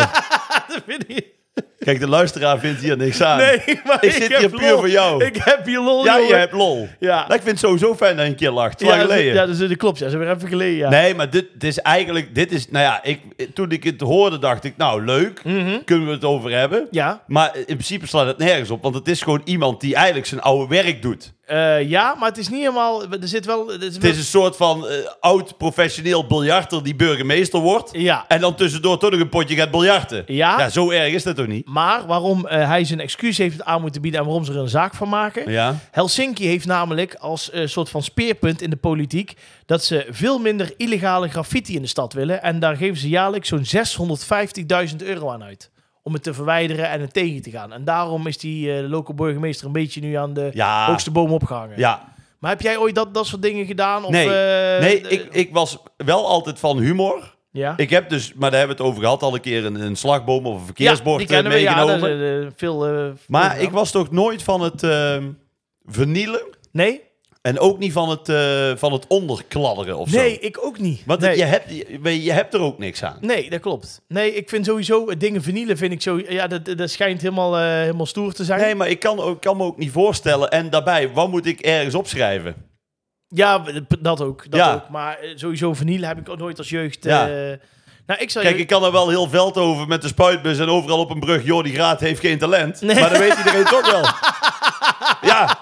Speaker 1: Dat vind ik...
Speaker 2: Kijk, de luisteraar vindt hier niks aan.
Speaker 1: Nee, maar
Speaker 2: Ik zit
Speaker 1: heb
Speaker 2: hier puur
Speaker 1: lol.
Speaker 2: voor jou.
Speaker 1: Ik heb hier lol,
Speaker 2: ja,
Speaker 1: jongen.
Speaker 2: je hebt lol.
Speaker 1: Ja.
Speaker 2: Maar ik vind het sowieso fijn dat je een keer lacht. Zo
Speaker 1: ja,
Speaker 2: lang
Speaker 1: dat,
Speaker 2: geleden.
Speaker 1: ja, dat, is- dat klopt. Ja, ze hebben weer even geleden, ja.
Speaker 2: Nee, maar dit, dit is eigenlijk... Dit is, nou ja, ik, toen ik het hoorde dacht ik, nou leuk, kunnen we het over hebben.
Speaker 1: Ja,
Speaker 2: Maar in principe slaat het nergens op, want het is gewoon iemand die eigenlijk zijn oude werk doet.
Speaker 1: Eh, ja, maar het is niet helemaal... Er zit wel... Er is
Speaker 2: Het is een soort van eh, oud professioneel biljarter die burgemeester wordt.
Speaker 1: Ja.
Speaker 2: En dan tussendoor toch nog een potje gaat biljarten.
Speaker 1: Ja.
Speaker 2: ja zo erg is dat toch niet?
Speaker 1: Maar waarom eh, hij zijn excuus heeft aan moeten bieden en waarom ze er een zaak van maken...
Speaker 2: Ja.
Speaker 1: Helsinki heeft namelijk als eh, soort van speerpunt in de politiek dat ze veel minder illegale graffiti in de stad willen. En daar geven ze jaarlijks zo'n 650.000 euro aan uit. Om het te verwijderen en het tegen te gaan. En daarom is die eh lokale burgemeester een beetje nu aan de
Speaker 2: Ja.
Speaker 1: hoogste boom opgehangen.
Speaker 2: Ja,
Speaker 1: Maar heb jij ooit dat, dat soort dingen gedaan? Of,
Speaker 2: Nee,
Speaker 1: eh,
Speaker 2: nee
Speaker 1: eh,
Speaker 2: ik, ik was wel altijd van humor.
Speaker 1: ja?
Speaker 2: Ik heb dus, maar daar hebben we het over gehad, al een keer een, een slagboom of een verkeersbord eh,
Speaker 1: kennen we. Ja,
Speaker 2: meegenomen.
Speaker 1: dat is, eh, veel, eh, veel
Speaker 2: maar
Speaker 1: gedaan.
Speaker 2: ik was toch nooit van het ehm, vernielen
Speaker 1: Nee?
Speaker 2: en ook niet van het, eh, van het onderkladderen of
Speaker 1: Nee,
Speaker 2: zo.
Speaker 1: ik ook niet.
Speaker 2: Want het-
Speaker 1: nee.
Speaker 2: je, hebt, je, je hebt er ook niks aan.
Speaker 1: Nee, dat klopt. Nee, ik vind sowieso eh, dingen vernielen, vind ik zo. Ja, dat, dat schijnt helemaal, eh, helemaal stoer te zijn.
Speaker 2: Nee, maar ik kan, ook, kan me ook niet voorstellen. En daarbij, wat moet ik ergens opschrijven?
Speaker 1: Ja, p- dat ook. Dat
Speaker 2: Ja.
Speaker 1: ook. Maar eh, sowieso vernielen heb ik ook nooit als jeugd. eh,
Speaker 2: Ja.
Speaker 1: nou, ik zou
Speaker 2: Kijk, ik kan er wel heel veld over met de spuitbus en overal op een brug. Joh, die graad heeft geen talent. Maar dat weet iedereen toch wel. Ja,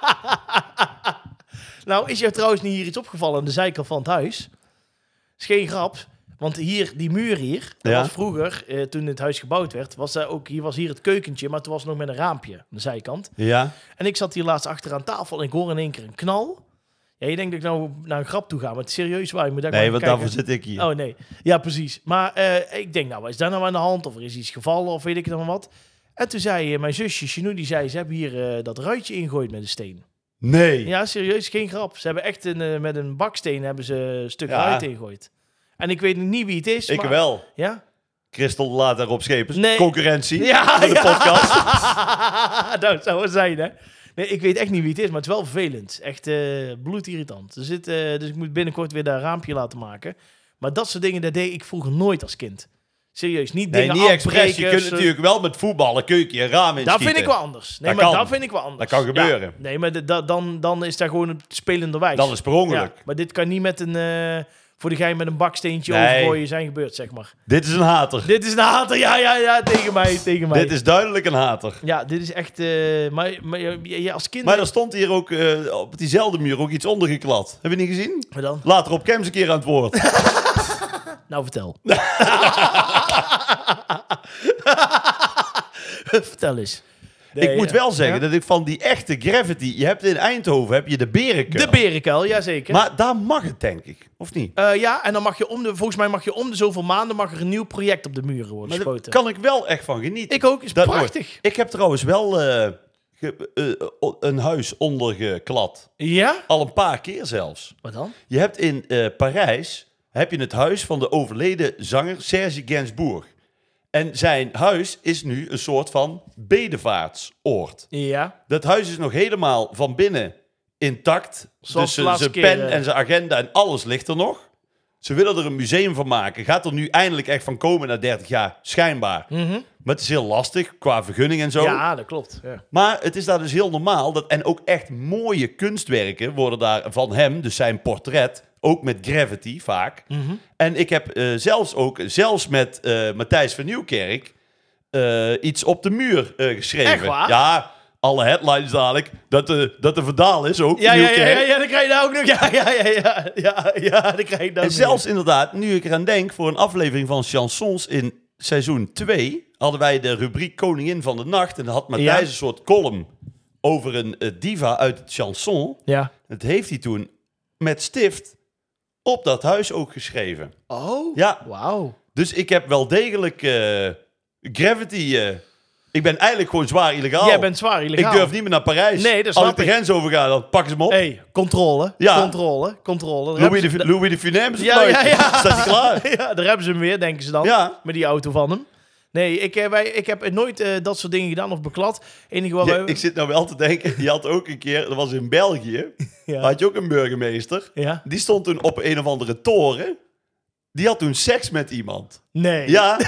Speaker 1: Nou, is jou trouwens niet hier iets opgevallen aan de zijkant van het huis? Is geen grap. Want hier, die muur hier, dat
Speaker 2: Ja.
Speaker 1: was vroeger, eh, toen het huis gebouwd werd, was daar ook, hier was hier het keukentje, maar toen was het nog met een raampje aan de zijkant.
Speaker 2: ja.
Speaker 1: En ik zat hier laatst achter aan tafel en ik hoor in één keer een knal. Ja, je denkt dat ik nou naar een grap toe ga, maar het is serieus waar. Je moet daar
Speaker 2: Nee,
Speaker 1: maar
Speaker 2: want
Speaker 1: even kijken.
Speaker 2: daarvoor zit ik hier.
Speaker 1: Oh nee, ja precies. Maar eh, ik denk, nou, wat is daar nou aan de hand? Of er is iets gevallen of weet ik het dan wat. En toen zei eh, mijn zusje Chinou, die zei, ze hebben hier eh, dat ruitje ingegooid met een steen.
Speaker 2: Nee.
Speaker 1: Ja, serieus, geen grap. Ze hebben echt een, eh, met een baksteen hebben ze een stuk
Speaker 2: Ja.
Speaker 1: ruit ingegooid. En ik weet niet wie het is.
Speaker 2: Ik
Speaker 1: maar-
Speaker 2: wel.
Speaker 1: Ja?
Speaker 2: Christel laat daarop schepens.
Speaker 1: Nee.
Speaker 2: Concurrentie
Speaker 1: Ja,
Speaker 2: van de
Speaker 1: ja.
Speaker 2: podcast.
Speaker 1: dat zou wel zijn, hè? Nee, ik weet echt niet wie het is, maar het is wel vervelend. Echt eh, bloedirritant. Er zit, eh, dus ik moet binnenkort weer daar een raampje laten maken. Maar dat soort dingen, dat deed ik vroeger nooit als kind. Serieus, niet
Speaker 2: Nee,
Speaker 1: dingen
Speaker 2: niet expres. Je
Speaker 1: afbreken,
Speaker 2: kunt
Speaker 1: zo-
Speaker 2: natuurlijk wel met voetballen kun je een raam in
Speaker 1: eh. Dat vind ik wel anders. Nee,
Speaker 2: Dat
Speaker 1: maar
Speaker 2: kan.
Speaker 1: dat vind ik wel anders.
Speaker 2: Dat kan gebeuren.
Speaker 1: Ja, nee, maar d- da- dan, dan is daar gewoon een spelende wijs.
Speaker 2: Dan is het per ongeluk.
Speaker 1: Ja, maar dit kan niet met een eh, voor degene met een baksteentje
Speaker 2: Nee.
Speaker 1: overgooien zijn gebeurd, zeg maar.
Speaker 2: Dit is een hater.
Speaker 1: Dit is een hater, ja, ja, ja, tegen mij, tegen mij.
Speaker 2: Dit is duidelijk een hater.
Speaker 1: Ja, dit is echt... eh, maar, maar ja, ja, als kind...
Speaker 2: Maar er stond hier ook eh, op diezelfde muur ook iets ondergeklad. Heb je niet gezien?
Speaker 1: Wat dan?
Speaker 2: Later op Kems een keer aan het woord.
Speaker 1: Nou, vertel. vertel eens.
Speaker 2: ik moet wel zeggen
Speaker 1: Ja?
Speaker 2: dat ik van die echte gravity... Je hebt in Eindhoven heb je de Berenkuil.
Speaker 1: De berenkuil, jazeker.
Speaker 2: Maar daar mag het, denk ik. Of niet?
Speaker 1: Eh, ja, en dan mag je om de... Volgens mij mag je om de zoveel maanden mag er een nieuw project op de muren worden
Speaker 2: Maar daar
Speaker 1: geschoten.
Speaker 2: kan ik wel echt van genieten.
Speaker 1: Ik ook, is
Speaker 2: Dat
Speaker 1: prachtig.
Speaker 2: wordt- Ik heb trouwens wel eh, ge- eh, o- een huis ondergeklad.
Speaker 1: Ja?
Speaker 2: Al een paar keer zelfs.
Speaker 1: Wat dan?
Speaker 2: Je hebt in eh, Parijs heb je het huis van de overleden zanger Serge Gainsbourg. En zijn huis is nu een soort van bedevaartsoord.
Speaker 1: Ja.
Speaker 2: Dat huis is nog helemaal van binnen intact.
Speaker 1: Zoals
Speaker 2: dus
Speaker 1: de
Speaker 2: zijn
Speaker 1: laatste
Speaker 2: zijn
Speaker 1: keer,
Speaker 2: pen
Speaker 1: eh.
Speaker 2: en zijn agenda en alles ligt er nog. Ze willen er een museum van maken. Gaat er nu eindelijk echt van komen na 30 jaar, schijnbaar.
Speaker 1: Mhm.
Speaker 2: Maar het is heel lastig qua vergunning en zo.
Speaker 1: Ja, dat klopt. Ja.
Speaker 2: Maar het is daar dus heel normaal dat. En ook echt mooie kunstwerken worden daar van hem, dus zijn portret. Ook met gravity vaak.
Speaker 1: Mhm.
Speaker 2: En ik heb eh, zelfs ook, zelfs met eh, Matthijs van Nieuwkerk, eh, iets op de muur eh, geschreven.
Speaker 1: Echt waar?
Speaker 2: Ja, alle headlines dadelijk. Dat de, dat de verdaal is ook.
Speaker 1: Ja, ja, ja,
Speaker 2: Nieuwkerk.
Speaker 1: ja, ja, dan krijg je daar ook nog. Ja, ja, ja, ja, ja, ja dan krijg je daar ook
Speaker 2: En
Speaker 1: nog.
Speaker 2: zelfs inderdaad, nu ik eraan denk, voor een aflevering van Chansons in seizoen 2 hadden wij de rubriek Koningin van de Nacht. En dan had Matthijs
Speaker 1: Ja.
Speaker 2: een soort column over een eh, diva uit het chanson.
Speaker 1: Ja.
Speaker 2: Dat heeft hij toen met stift op dat huis ook geschreven.
Speaker 1: Oh,
Speaker 2: Ja,
Speaker 1: wauw.
Speaker 2: dus ik heb wel degelijk eh, gravity. eh, ik ben eigenlijk gewoon zwaar illegaal.
Speaker 1: Oh. Jij bent zwaar illegaal.
Speaker 2: Ik durf niet meer naar Parijs.
Speaker 1: Nee, dat
Speaker 2: Als ik
Speaker 1: snap
Speaker 2: de
Speaker 1: ik.
Speaker 2: grens overga, dan pakken ze me op.
Speaker 1: hey, controle,
Speaker 2: Ja.
Speaker 1: controle, controle. Daar
Speaker 2: Louis,
Speaker 1: hebben
Speaker 2: de, Louis de Funès is
Speaker 1: Ja,
Speaker 2: ja,
Speaker 1: ja, ja.
Speaker 2: Staat hij klaar?
Speaker 1: ze- ja, daar hebben ze hem weer, denken ze dan.
Speaker 2: Ja.
Speaker 1: Met die auto van hem. Nee, ik, eh, wij, ik heb nooit eh, dat soort dingen gedaan of beklad. Enige wat
Speaker 2: Ja,
Speaker 1: wij...
Speaker 2: ik zit nou wel te denken, die had ook een keer, dat was in België,
Speaker 1: Ja.
Speaker 2: had je ook een burgemeester.
Speaker 1: Ja.
Speaker 2: Die stond toen op een of andere toren. Die had toen seks met iemand.
Speaker 1: Nee.
Speaker 2: Ja.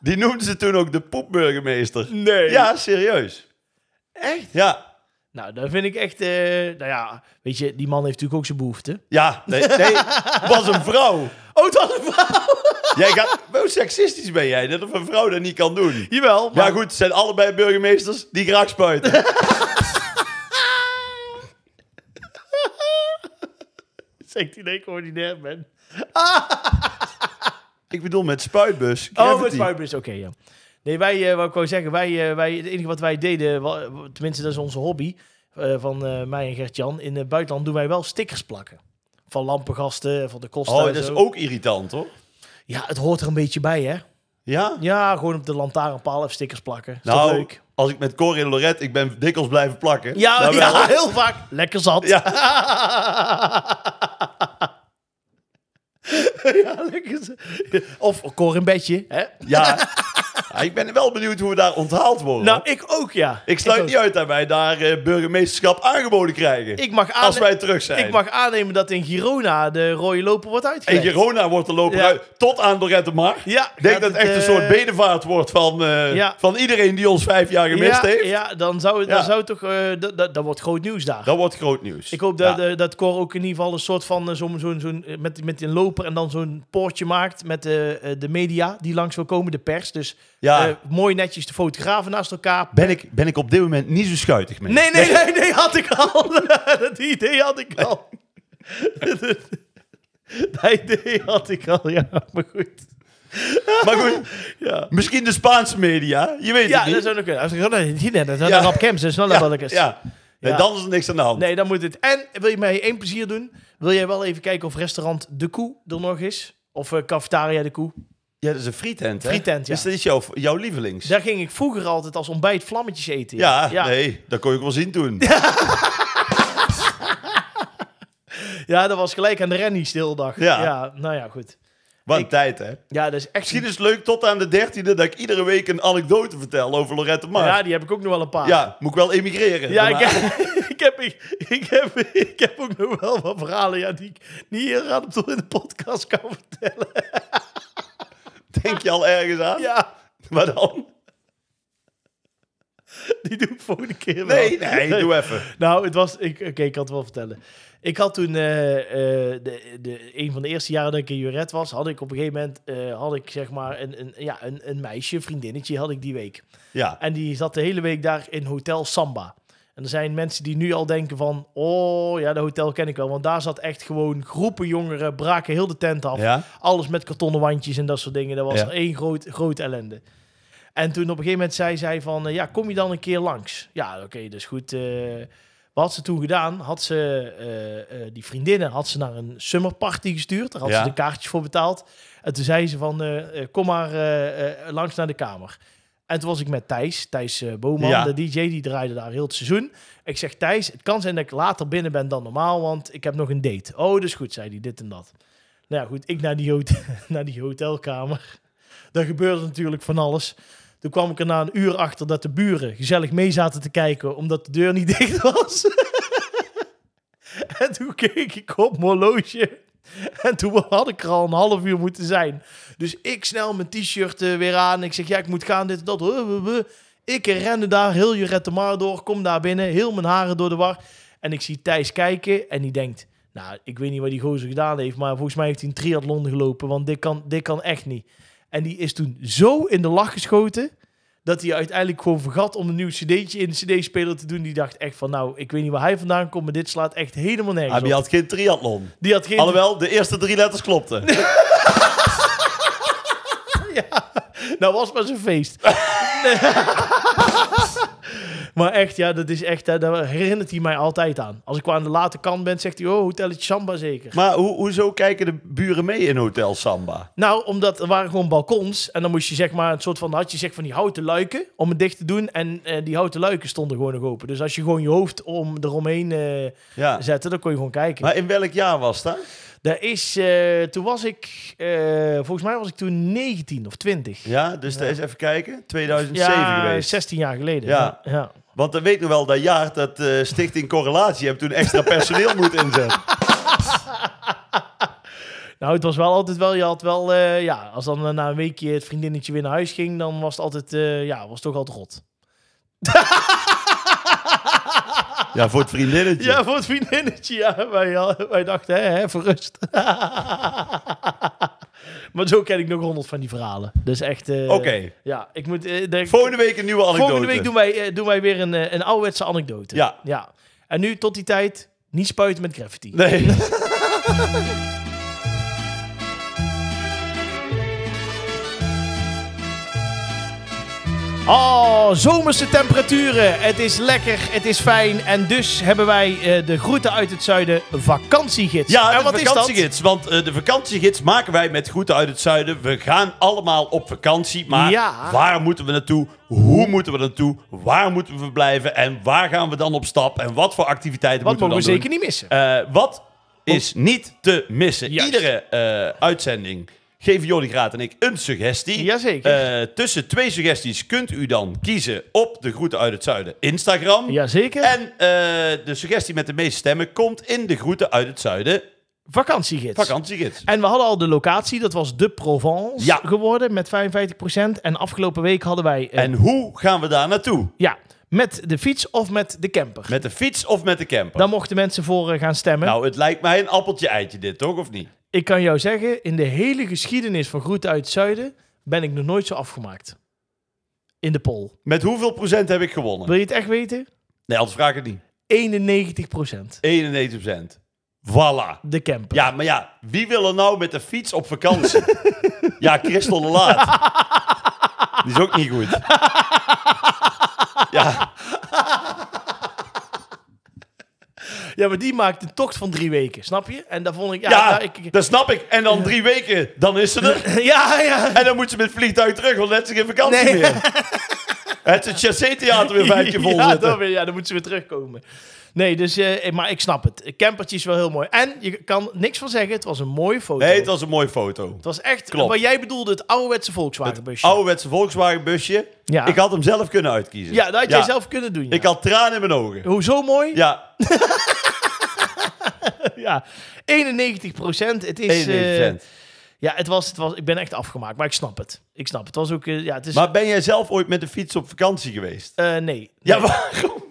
Speaker 2: die noemden ze toen ook de poepburgemeester.
Speaker 1: Nee.
Speaker 2: Ja, serieus.
Speaker 1: Echt?
Speaker 2: Ja.
Speaker 1: Nou, dat vind ik echt... eh, nou ja, weet je, die man heeft natuurlijk ook zijn behoeften.
Speaker 2: Ja, nee, nee. het was een vrouw.
Speaker 1: Oh, het was een vrouw!
Speaker 2: Jij gaat, hoe seksistisch ben jij dat of een vrouw dat niet kan doen?
Speaker 1: Jawel, maar...
Speaker 2: Maar goed, het zijn allebei burgemeesters die graag spuiten.
Speaker 1: Zegt hij dat ik ordinair ben.
Speaker 2: Ik bedoel met spuitbus.
Speaker 1: Oh, met
Speaker 2: Gravity.
Speaker 1: spuitbus, oké, ja. Nee, wij, eh, wat ik wou zeggen, wij, eh, wij, het enige wat wij deden, wa- wa- tenminste dat is onze hobby, eh, van eh, mij en Gert-Jan, in het buitenland doen wij wel stickers plakken. Van lampengasten, van de kosten
Speaker 2: Oh,
Speaker 1: en
Speaker 2: dat is
Speaker 1: zo.
Speaker 2: ook irritant, hoor. Nou,
Speaker 1: Ja, het hoort er een beetje bij, hè?
Speaker 2: Ja?
Speaker 1: Ja, gewoon op de lantaarnpaal even stickers plakken. Is
Speaker 2: nou,
Speaker 1: toch leuk?
Speaker 2: als ik met Corrie en Lorette, ik ben dikwijls blijven plakken.
Speaker 1: Ja,
Speaker 2: Nou, wel.
Speaker 1: ja, heel vaak. Lekker zat.
Speaker 2: Ja.
Speaker 1: Ja, lekker zat. Of koor in bedje, hè?
Speaker 2: Ja. Ja, Ik ben wel benieuwd hoe we daar onthaald worden.
Speaker 1: Nou, ik ook, ja.
Speaker 2: ik sluit
Speaker 1: ook.
Speaker 2: niet uit dat wij daar eh, burgemeesterschap aangeboden krijgen.
Speaker 1: Ik mag,
Speaker 2: als
Speaker 1: aanne-
Speaker 2: wij terug zijn.
Speaker 1: ik mag aannemen dat in Girona de rode loper wordt
Speaker 2: En
Speaker 1: uitgelegd.
Speaker 2: Girona wordt de loper
Speaker 1: Ja.
Speaker 2: uit. Tot aan Lorette Mar. Ik
Speaker 1: Ja,
Speaker 2: denk
Speaker 1: gaat
Speaker 2: dat het echt
Speaker 1: eh,
Speaker 2: een soort bedevaart wordt van, eh,
Speaker 1: ja.
Speaker 2: van iedereen die ons vijf jaar gemist
Speaker 1: ja,
Speaker 2: heeft.
Speaker 1: Ja, dan zou,
Speaker 2: Ja.
Speaker 1: Dan zou toch... eh, dat, dat, dat wordt groot nieuws daar.
Speaker 2: Dat wordt groot nieuws.
Speaker 1: ik hoop dat,
Speaker 2: Ja.
Speaker 1: eh, dat Cor ook in ieder geval een soort van... eh, zo'n zo'n zo'n eh, met, met een loper en dan zo'n poortje maakt met eh, eh, de media die langs wil komen, de pers. Dus
Speaker 2: Ja.
Speaker 1: eh, mooi netjes de fotografen naast elkaar.
Speaker 2: ben, ik, ben ik op dit moment niet zo schuitig mee.
Speaker 1: Nee, nee, nee, nee, had ik al. dat idee had ik al. dat idee had ik al, ja, maar goed.
Speaker 2: Maar goed,
Speaker 1: Ja.
Speaker 2: misschien de Spaanse media. Je weet
Speaker 1: Ja,
Speaker 2: het niet.
Speaker 1: dat zou nog kunnen. Als ik dat niet net, dat is
Speaker 2: Ja.
Speaker 1: een rap camps, dat is wel een balkens.
Speaker 2: ja. Nee,
Speaker 1: Ja.
Speaker 2: dan is er niks aan de hand.
Speaker 1: Nee, dan moet het. En wil je mij één plezier doen? Wil jij wel even kijken of restaurant De Koe er nog is? Of eh, cafetaria De Koe?
Speaker 2: Ja, dat is een frietent, hè?
Speaker 1: Frietent, ja.
Speaker 2: Dus dat is jouw, jouw lievelings.
Speaker 1: Daar ging ik vroeger altijd als ontbijt vlammetjes eten.
Speaker 2: Ja,
Speaker 1: ja.
Speaker 2: nee, dat kon ik wel zien toen.
Speaker 1: Ja, dat was gelijk aan de Rennie stildag.
Speaker 2: Ja.
Speaker 1: nou ja, goed.
Speaker 2: Wat een
Speaker 1: Ik-
Speaker 2: tijd, hè?
Speaker 1: Ja, dat is echt...
Speaker 2: Misschien is het leuk tot aan de dertiende dat ik iedere week een anekdote vertel over Lorette Mar.
Speaker 1: Ja,
Speaker 2: Ja,
Speaker 1: die heb ik ook nog wel een paar.
Speaker 2: moet ik wel emigreren.
Speaker 1: Ja, ik
Speaker 2: daarna.
Speaker 1: heb, ik, heb, ik, heb, ik heb ook nog wel wat verhalen ja, die ik niet hier aan in de podcast kan vertellen.
Speaker 2: Denk je al ergens aan?
Speaker 1: Ja,
Speaker 2: Maar dan?
Speaker 1: Die doe ik volgende keer wel.
Speaker 2: Nee, nee, doe even.
Speaker 1: Nou, het was... ik- Oké, ik kan het wel vertellen. Ik had toen, eh, eh, de, de, een van de eerste jaren dat ik in Juret was, had ik op een gegeven moment, eh, had ik zeg maar een, een, ja, een, een meisje, een vriendinnetje, had ik die week.
Speaker 2: Ja,
Speaker 1: En die zat de hele week daar in Hotel Samba. En er zijn mensen die nu al denken van, oh ja, dat hotel ken ik wel. Want daar zat echt gewoon groepen jongeren, braken heel de tent af.
Speaker 2: ja,
Speaker 1: Alles met kartonnen wandjes en dat soort dingen. Dat was
Speaker 2: Ja.
Speaker 1: er één groot, groot ellende. En toen op een gegeven moment zei zij van, eh, ja, kom je dan een keer langs? Ja, oké, dus goed. eh, wat had ze toen gedaan? Had ze eh, eh, die vriendinnen had ze naar een summerparty gestuurd. Daar had
Speaker 2: Ja.
Speaker 1: ze de kaartjes voor betaald. En toen zei ze van, eh, eh, kom maar eh, eh, langs naar de kamer. En toen was ik met Thijs, Thijs eh, Boman,
Speaker 2: Ja.
Speaker 1: de DJ, die draaide daar heel het seizoen. Ik zeg, Thijs, het kan zijn dat ik later binnen ben dan normaal, want ik heb nog een date. Oh, dat is goed, zei hij, dit en dat. Nou ja, goed, ik naar die, hot- naar die hotelkamer. Daar gebeurde natuurlijk van alles. Toen kwam ik er na een uur achter dat de buren gezellig mee zaten te kijken, omdat de deur niet dicht was. en toen keek ik op mijn horloge. En toen had ik er al een half uur moeten zijn. Dus ik snel mijn t-shirt eh, weer aan. Ik zeg, ja, ik moet gaan, dit en dat. Huh, huh, huh. Ik rende daar heel Jurette de Maar door, kom daar binnen, heel mijn haren door de war. En ik zie Thijs kijken en die denkt... Nou, ik weet niet wat die gozer gedaan heeft, maar volgens mij heeft hij een triathlon gelopen, want dit kan, dit kan echt niet. En die is toen zo in de lach geschoten, dat hij uiteindelijk gewoon vergat om een nieuw cd'tje in de cd-speler te doen. Die dacht echt van, nou, ik weet niet waar hij vandaan komt, maar dit slaat echt helemaal nergens
Speaker 2: maar Ah, die
Speaker 1: op.
Speaker 2: had geen triathlon.
Speaker 1: Die had geen...
Speaker 2: Alhoewel, de eerste drie letters klopten.
Speaker 1: Nou was maar zijn feest. maar echt, ja, dat is echt, hè, daar herinnert hij mij altijd aan. Als ik wel aan de late kant ben, zegt hij, oh, hotelletje Samba zeker.
Speaker 2: Maar ho- hoezo kijken de buren mee in Hotel Samba?
Speaker 1: Nou, omdat er waren gewoon balkons en dan moest je zeg maar een soort van, had je zeg van die houten luiken om het dicht te doen en eh, die houten luiken stonden gewoon nog open. Dus als je gewoon je hoofd om, eromheen eh
Speaker 2: Ja.
Speaker 1: zette, dan kon je gewoon kijken.
Speaker 2: Maar in welk jaar was dat?
Speaker 1: Daar is, eh, toen was ik, eh, volgens mij was ik toen 19 of 20.
Speaker 2: Ja, dus dat is even kijken. 2007
Speaker 1: Ja,
Speaker 2: geweest.
Speaker 1: 16 jaar geleden.
Speaker 2: Ja.
Speaker 1: ja.
Speaker 2: Want dan weet ik nog wel dat jaar dat eh, Stichting Correlatie hebt toen extra personeel moet inzetten.
Speaker 1: Nou, het was wel altijd wel, je had wel, eh, ja, als dan eh, na een weekje het vriendinnetje weer naar huis ging, dan was het altijd, eh, ja, was het toch altijd rot.
Speaker 2: Ja, voor het vriendinnetje.
Speaker 1: Ja, voor het vriendinnetje, ja. Wij, al- wij dachten, hè, hè, voor rust. maar zo ken ik nog honderd van die verhalen. Dus echt... eh,
Speaker 2: Oké,
Speaker 1: Ja, ik moet... eh, de-
Speaker 2: volgende week een nieuwe anekdote.
Speaker 1: volgende week doen wij, eh, doen wij weer een, eh, een ouderwetse anekdote.
Speaker 2: Ja.
Speaker 1: ja. En nu, tot die tijd, niet spuiten met graffiti.
Speaker 2: Nee.
Speaker 1: Oh, zomerse temperaturen. Het is lekker, het is fijn. En dus hebben wij eh, de groeten uit het zuiden vakantiegids.
Speaker 2: Ja,
Speaker 1: en
Speaker 2: de vakantiegids. Want eh, de vakantiegids maken wij met Groeten uit het Zuiden. We gaan allemaal op vakantie. Maar
Speaker 1: Ja.
Speaker 2: waar moeten we naartoe? Hoe moeten we naartoe? Waar moeten we verblijven? En waar gaan we dan op stap? En wat voor activiteiten
Speaker 1: Wat
Speaker 2: moeten
Speaker 1: mogen
Speaker 2: we
Speaker 1: we zeker
Speaker 2: dan doen?
Speaker 1: niet missen.
Speaker 2: Eh, wat is niet te missen?
Speaker 1: Juist.
Speaker 2: Iedere eh, uitzending geven Jordi Graat en ik een suggestie.
Speaker 1: Jazeker.
Speaker 2: Eh, tussen twee suggesties kunt u dan kiezen op de Groeten uit het Zuiden Instagram.
Speaker 1: Jazeker.
Speaker 2: En eh, de suggestie met de meeste stemmen komt in de Groeten uit het Zuiden
Speaker 1: vakantiegids.
Speaker 2: vakantiegids.
Speaker 1: En we hadden al de locatie, dat was de Provence
Speaker 2: Ja.
Speaker 1: geworden met 55%. En afgelopen week hadden wij... eh,
Speaker 2: En hoe gaan we daar naartoe?
Speaker 1: Ja, met de fiets of met de camper.
Speaker 2: Met de fiets of met de camper?
Speaker 1: Daar mochten mensen voor eh, gaan stemmen.
Speaker 2: Nou, het lijkt mij een appeltje-eitje dit, toch? Of niet?
Speaker 1: Ik kan jou zeggen, in de hele geschiedenis van groeten uit het zuiden ben ik nog nooit zo afgemaakt. In de poll.
Speaker 2: Met hoeveel procent heb ik gewonnen?
Speaker 1: Wil je het echt weten?
Speaker 2: Nee, anders vraag ik het niet.
Speaker 1: 91%
Speaker 2: 91 procent. Voilà.
Speaker 1: de camper.
Speaker 2: Ja, maar ja, wie wil er nou met de fiets op vakantie? ja, Christel de Laat. Die is ook niet goed. ja,
Speaker 1: Ja, maar die maakt een tocht van drie weken, snap je? En daar vond ik... Ja,
Speaker 2: ja,
Speaker 1: daar- nou, ik,
Speaker 2: dat snap ik. En dan drie weken, dan is ze er.
Speaker 1: ja, ja.
Speaker 2: En dan moet ze met het vliegtuig terug, want dan heeft ze geen vakantie
Speaker 1: Nee.
Speaker 2: meer. Het is het Chassé-theater weer vijf keer vol
Speaker 1: ja,
Speaker 2: zitten.
Speaker 1: dan, weer- ja, dan moeten ze weer terugkomen. Nee, dus, eh, maar ik snap het. Campertje is wel heel mooi. En je kan niks van zeggen, het was een mooie foto.
Speaker 2: Nee, het was een mooie foto.
Speaker 1: Het was echt
Speaker 2: Klopt.
Speaker 1: wat jij bedoelde, het ouderwetse Volkswagenbusje.
Speaker 2: Ouderwetse Volkswagen busje.
Speaker 1: Ja.
Speaker 2: Ik had hem zelf kunnen uitkiezen.
Speaker 1: Ja, dat had jij zelf kunnen doen. ja.
Speaker 2: Ik had tranen in mijn ogen.
Speaker 1: Hoe zo mooi?
Speaker 2: Ja,
Speaker 1: Ja, 91 procent. Het is... eh,
Speaker 2: 91%.
Speaker 1: Ja, het was, het was, ik ben echt afgemaakt, maar ik snap het. Ik snap het. Het was ook, eh, ja, het is...
Speaker 2: Maar ben jij zelf ooit met de fiets op vakantie geweest?
Speaker 1: eh, nee.
Speaker 2: Ja, waarom?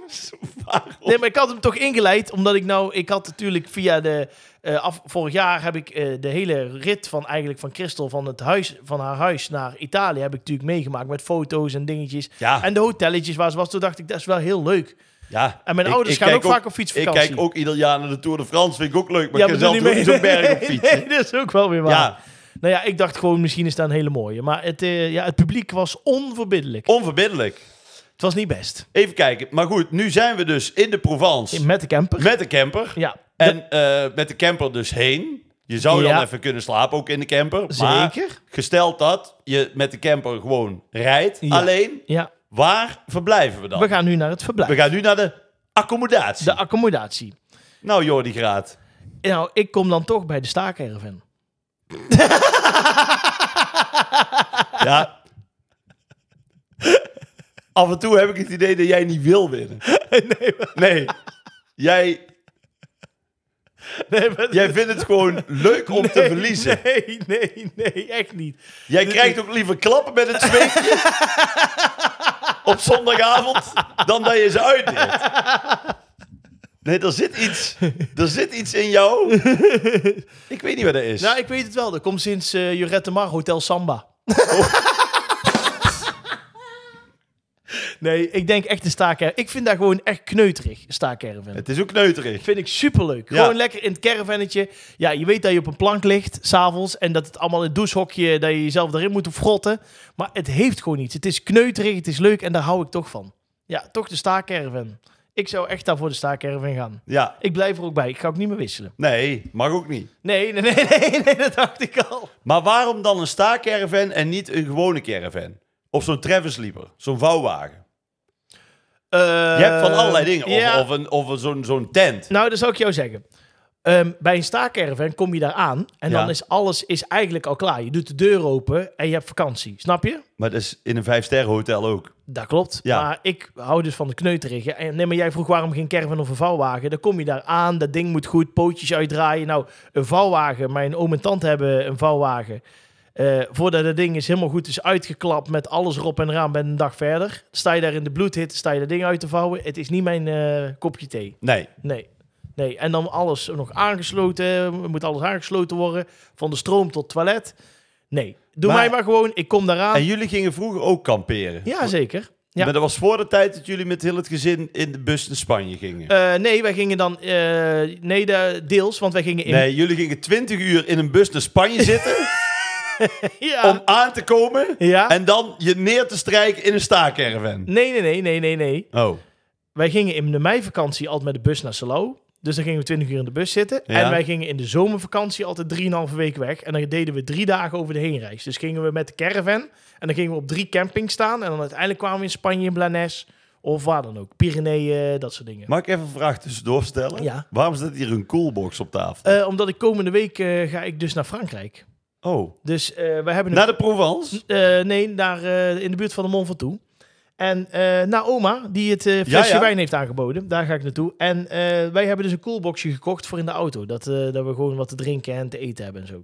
Speaker 2: waarom?
Speaker 1: Nee, maar ik had hem toch ingeleid, omdat ik nou... Ik had natuurlijk via de... eh, af, vorig jaar heb ik eh, de hele rit van eigenlijk van Christel van, het huis, van haar huis naar Italië... heb ik natuurlijk meegemaakt met foto's en dingetjes.
Speaker 2: Ja.
Speaker 1: En de hotelletjes waar ze was. Toen dacht ik, dat is wel heel leuk.
Speaker 2: Ja.
Speaker 1: En mijn ouders gaan
Speaker 2: kijk
Speaker 1: ook vaak op fietsvakantie.
Speaker 2: Ik kijk ook ieder jaar naar de Tour de France. Vind ik ook leuk. Maar ik
Speaker 1: maar
Speaker 2: kan zelf
Speaker 1: doe
Speaker 2: ook niet zo'n berg op fietsen.
Speaker 1: Nee, dat is ook wel weer waar.
Speaker 2: ja,
Speaker 1: Nou ja, ik dacht gewoon, misschien is dat een hele mooie. Maar het, eh, ja, het publiek was onverbiddelijk.
Speaker 2: onverbiddelijk.
Speaker 1: Het was niet best.
Speaker 2: Even kijken. Maar goed, nu zijn we dus in de Provence.
Speaker 1: Met de camper.
Speaker 2: Met de camper.
Speaker 1: Ja.
Speaker 2: En eh, met de camper dus heen. Je zou dan
Speaker 1: Ja.
Speaker 2: even kunnen slapen ook in de camper. Maar
Speaker 1: Zeker.
Speaker 2: gesteld dat je met de camper gewoon rijdt.
Speaker 1: Ja.
Speaker 2: Alleen,
Speaker 1: Ja,
Speaker 2: waar verblijven we dan?
Speaker 1: we gaan nu naar het
Speaker 2: We
Speaker 1: verblijf.
Speaker 2: gaan nu naar de accommodatie.
Speaker 1: De accommodatie.
Speaker 2: Nou, Jordi Graat.
Speaker 1: Nou, ik kom dan toch bij de staakerven.
Speaker 2: Ja. Af en toe heb ik het idee dat jij niet wil winnen.
Speaker 1: nee, maar-
Speaker 2: Nee. Jij,
Speaker 1: nee, maar-
Speaker 2: jij vindt het gewoon leuk om te
Speaker 1: Nee,
Speaker 2: verliezen.
Speaker 1: Nee, nee, nee, echt niet.
Speaker 2: Jij krijgt ook liever klappen met een zweetje op zondagavond dan dat je ze uitdeelt. Nee, er zit iets, er zit iets in jou. Ik weet niet wat dat is.
Speaker 1: Nou, ik weet het wel. Dat komt sinds eh Jurette Mar, Hotel Samba. nee, ik denk echt de staakerven. Ik vind daar gewoon echt kneuterig, staakerven.
Speaker 2: het is ook kneuterig.
Speaker 1: Vind ik superleuk.
Speaker 2: Ja.
Speaker 1: Gewoon lekker in het caravannetje. Ja, je weet dat je op een plank ligt, s'avonds. En dat het allemaal in het douchehokje, dat je jezelf erin moet frotten. Maar het heeft gewoon iets. Het is kneuterig, het is leuk en daar hou ik toch van. Ja, toch de staakerven. Ik zou echt daar voor de staakerven gaan.
Speaker 2: Ja.
Speaker 1: Ik blijf er ook bij. Ik ga ook niet meer wisselen.
Speaker 2: Nee, mag ook niet.
Speaker 1: Nee, nee, nee, nee, nee dat dacht ik al.
Speaker 2: Maar waarom dan een staakcaravan en niet een gewone caravan? Of zo'n Travis Lieber, zo'n vouwwagen. Je hebt van allerlei dingen. Of,
Speaker 1: Eh, ja.
Speaker 2: of, een, of een- zo'n zo'n tent.
Speaker 1: Nou, dat zou ik jou zeggen. Ehm, bij een staakerven kom je daar aan en
Speaker 2: Ja.
Speaker 1: dan is alles is eigenlijk al klaar. Je doet de deur open en je hebt vakantie. Snap je?
Speaker 2: Maar dat is in een vijfsterren hotel ook.
Speaker 1: Dat klopt.
Speaker 2: Ja.
Speaker 1: Maar ik hou dus van de kneuterige. En nee, maar jij vroeg waarom geen caravan of een vouwwagen. Dan kom je daar aan, dat ding moet goed, pootjes uitdraaien. Nou, een vouwwagen, mijn oom en tante hebben een vouwwagen. Eh, voordat dat ding is helemaal goed is uitgeklapt met alles erop en eraan, ben een dag verder. Sta je daar in de bloedhitte, sta je dat ding uit te vouwen. Het is niet mijn eh, kopje thee.
Speaker 2: Nee.
Speaker 1: Nee. Nee, en dan alles nog aangesloten. Moet alles aangesloten worden. Van de stroom tot toilet. Nee, doe
Speaker 2: Maar-
Speaker 1: mij maar gewoon. Ik kom
Speaker 2: En
Speaker 1: daaraan.
Speaker 2: jullie gingen vroeger ook kamperen.
Speaker 1: Jazeker. Ah. Ja.
Speaker 2: Maar dat was voor de tijd dat jullie met heel het gezin in de bus naar Spanje gingen.
Speaker 1: Eh, nee, wij gingen dan... eh, nee, de, deels, want wij gingen in...
Speaker 2: Nee, jullie gingen 20 uur in een bus naar Spanje zitten
Speaker 1: ja.
Speaker 2: om aan te komen
Speaker 1: ja.
Speaker 2: en dan je neer te strijken in een staakerven.
Speaker 1: Nee, nee, nee, nee, nee, nee.
Speaker 2: Oh,
Speaker 1: Wij gingen in de meivakantie altijd met de bus naar Salou. Dus dan gingen we 20 uur in de bus zitten.
Speaker 2: Ja.
Speaker 1: En wij gingen in de zomervakantie altijd 3,5 week weg. En dan deden we drie dagen over de heenreis. Dus gingen we met de caravan. En dan gingen we op drie campings staan. En dan uiteindelijk kwamen we in Spanje, in Blanes. Of waar dan ook. Pyreneeën, dat soort dingen.
Speaker 2: mag ik even een vraag tussendoor stellen?
Speaker 1: Ja.
Speaker 2: Waarom staat hier een coolbox op tafel?
Speaker 1: Eh, omdat ik komende week eh, ga ik dus naar Frankrijk.
Speaker 2: oh,
Speaker 1: Dus eh wij hebben een
Speaker 2: naar de Provence?
Speaker 1: Eh, nee, naar, eh, in de buurt van de Mont Ventoux. En eh, naar oma, die het eh, flesje
Speaker 2: ja.
Speaker 1: wijn heeft aangeboden. Daar ga ik naartoe. En eh, wij hebben dus een koelboxje gekocht voor in de auto. Dat, eh, dat we gewoon wat te drinken en te eten hebben en zo.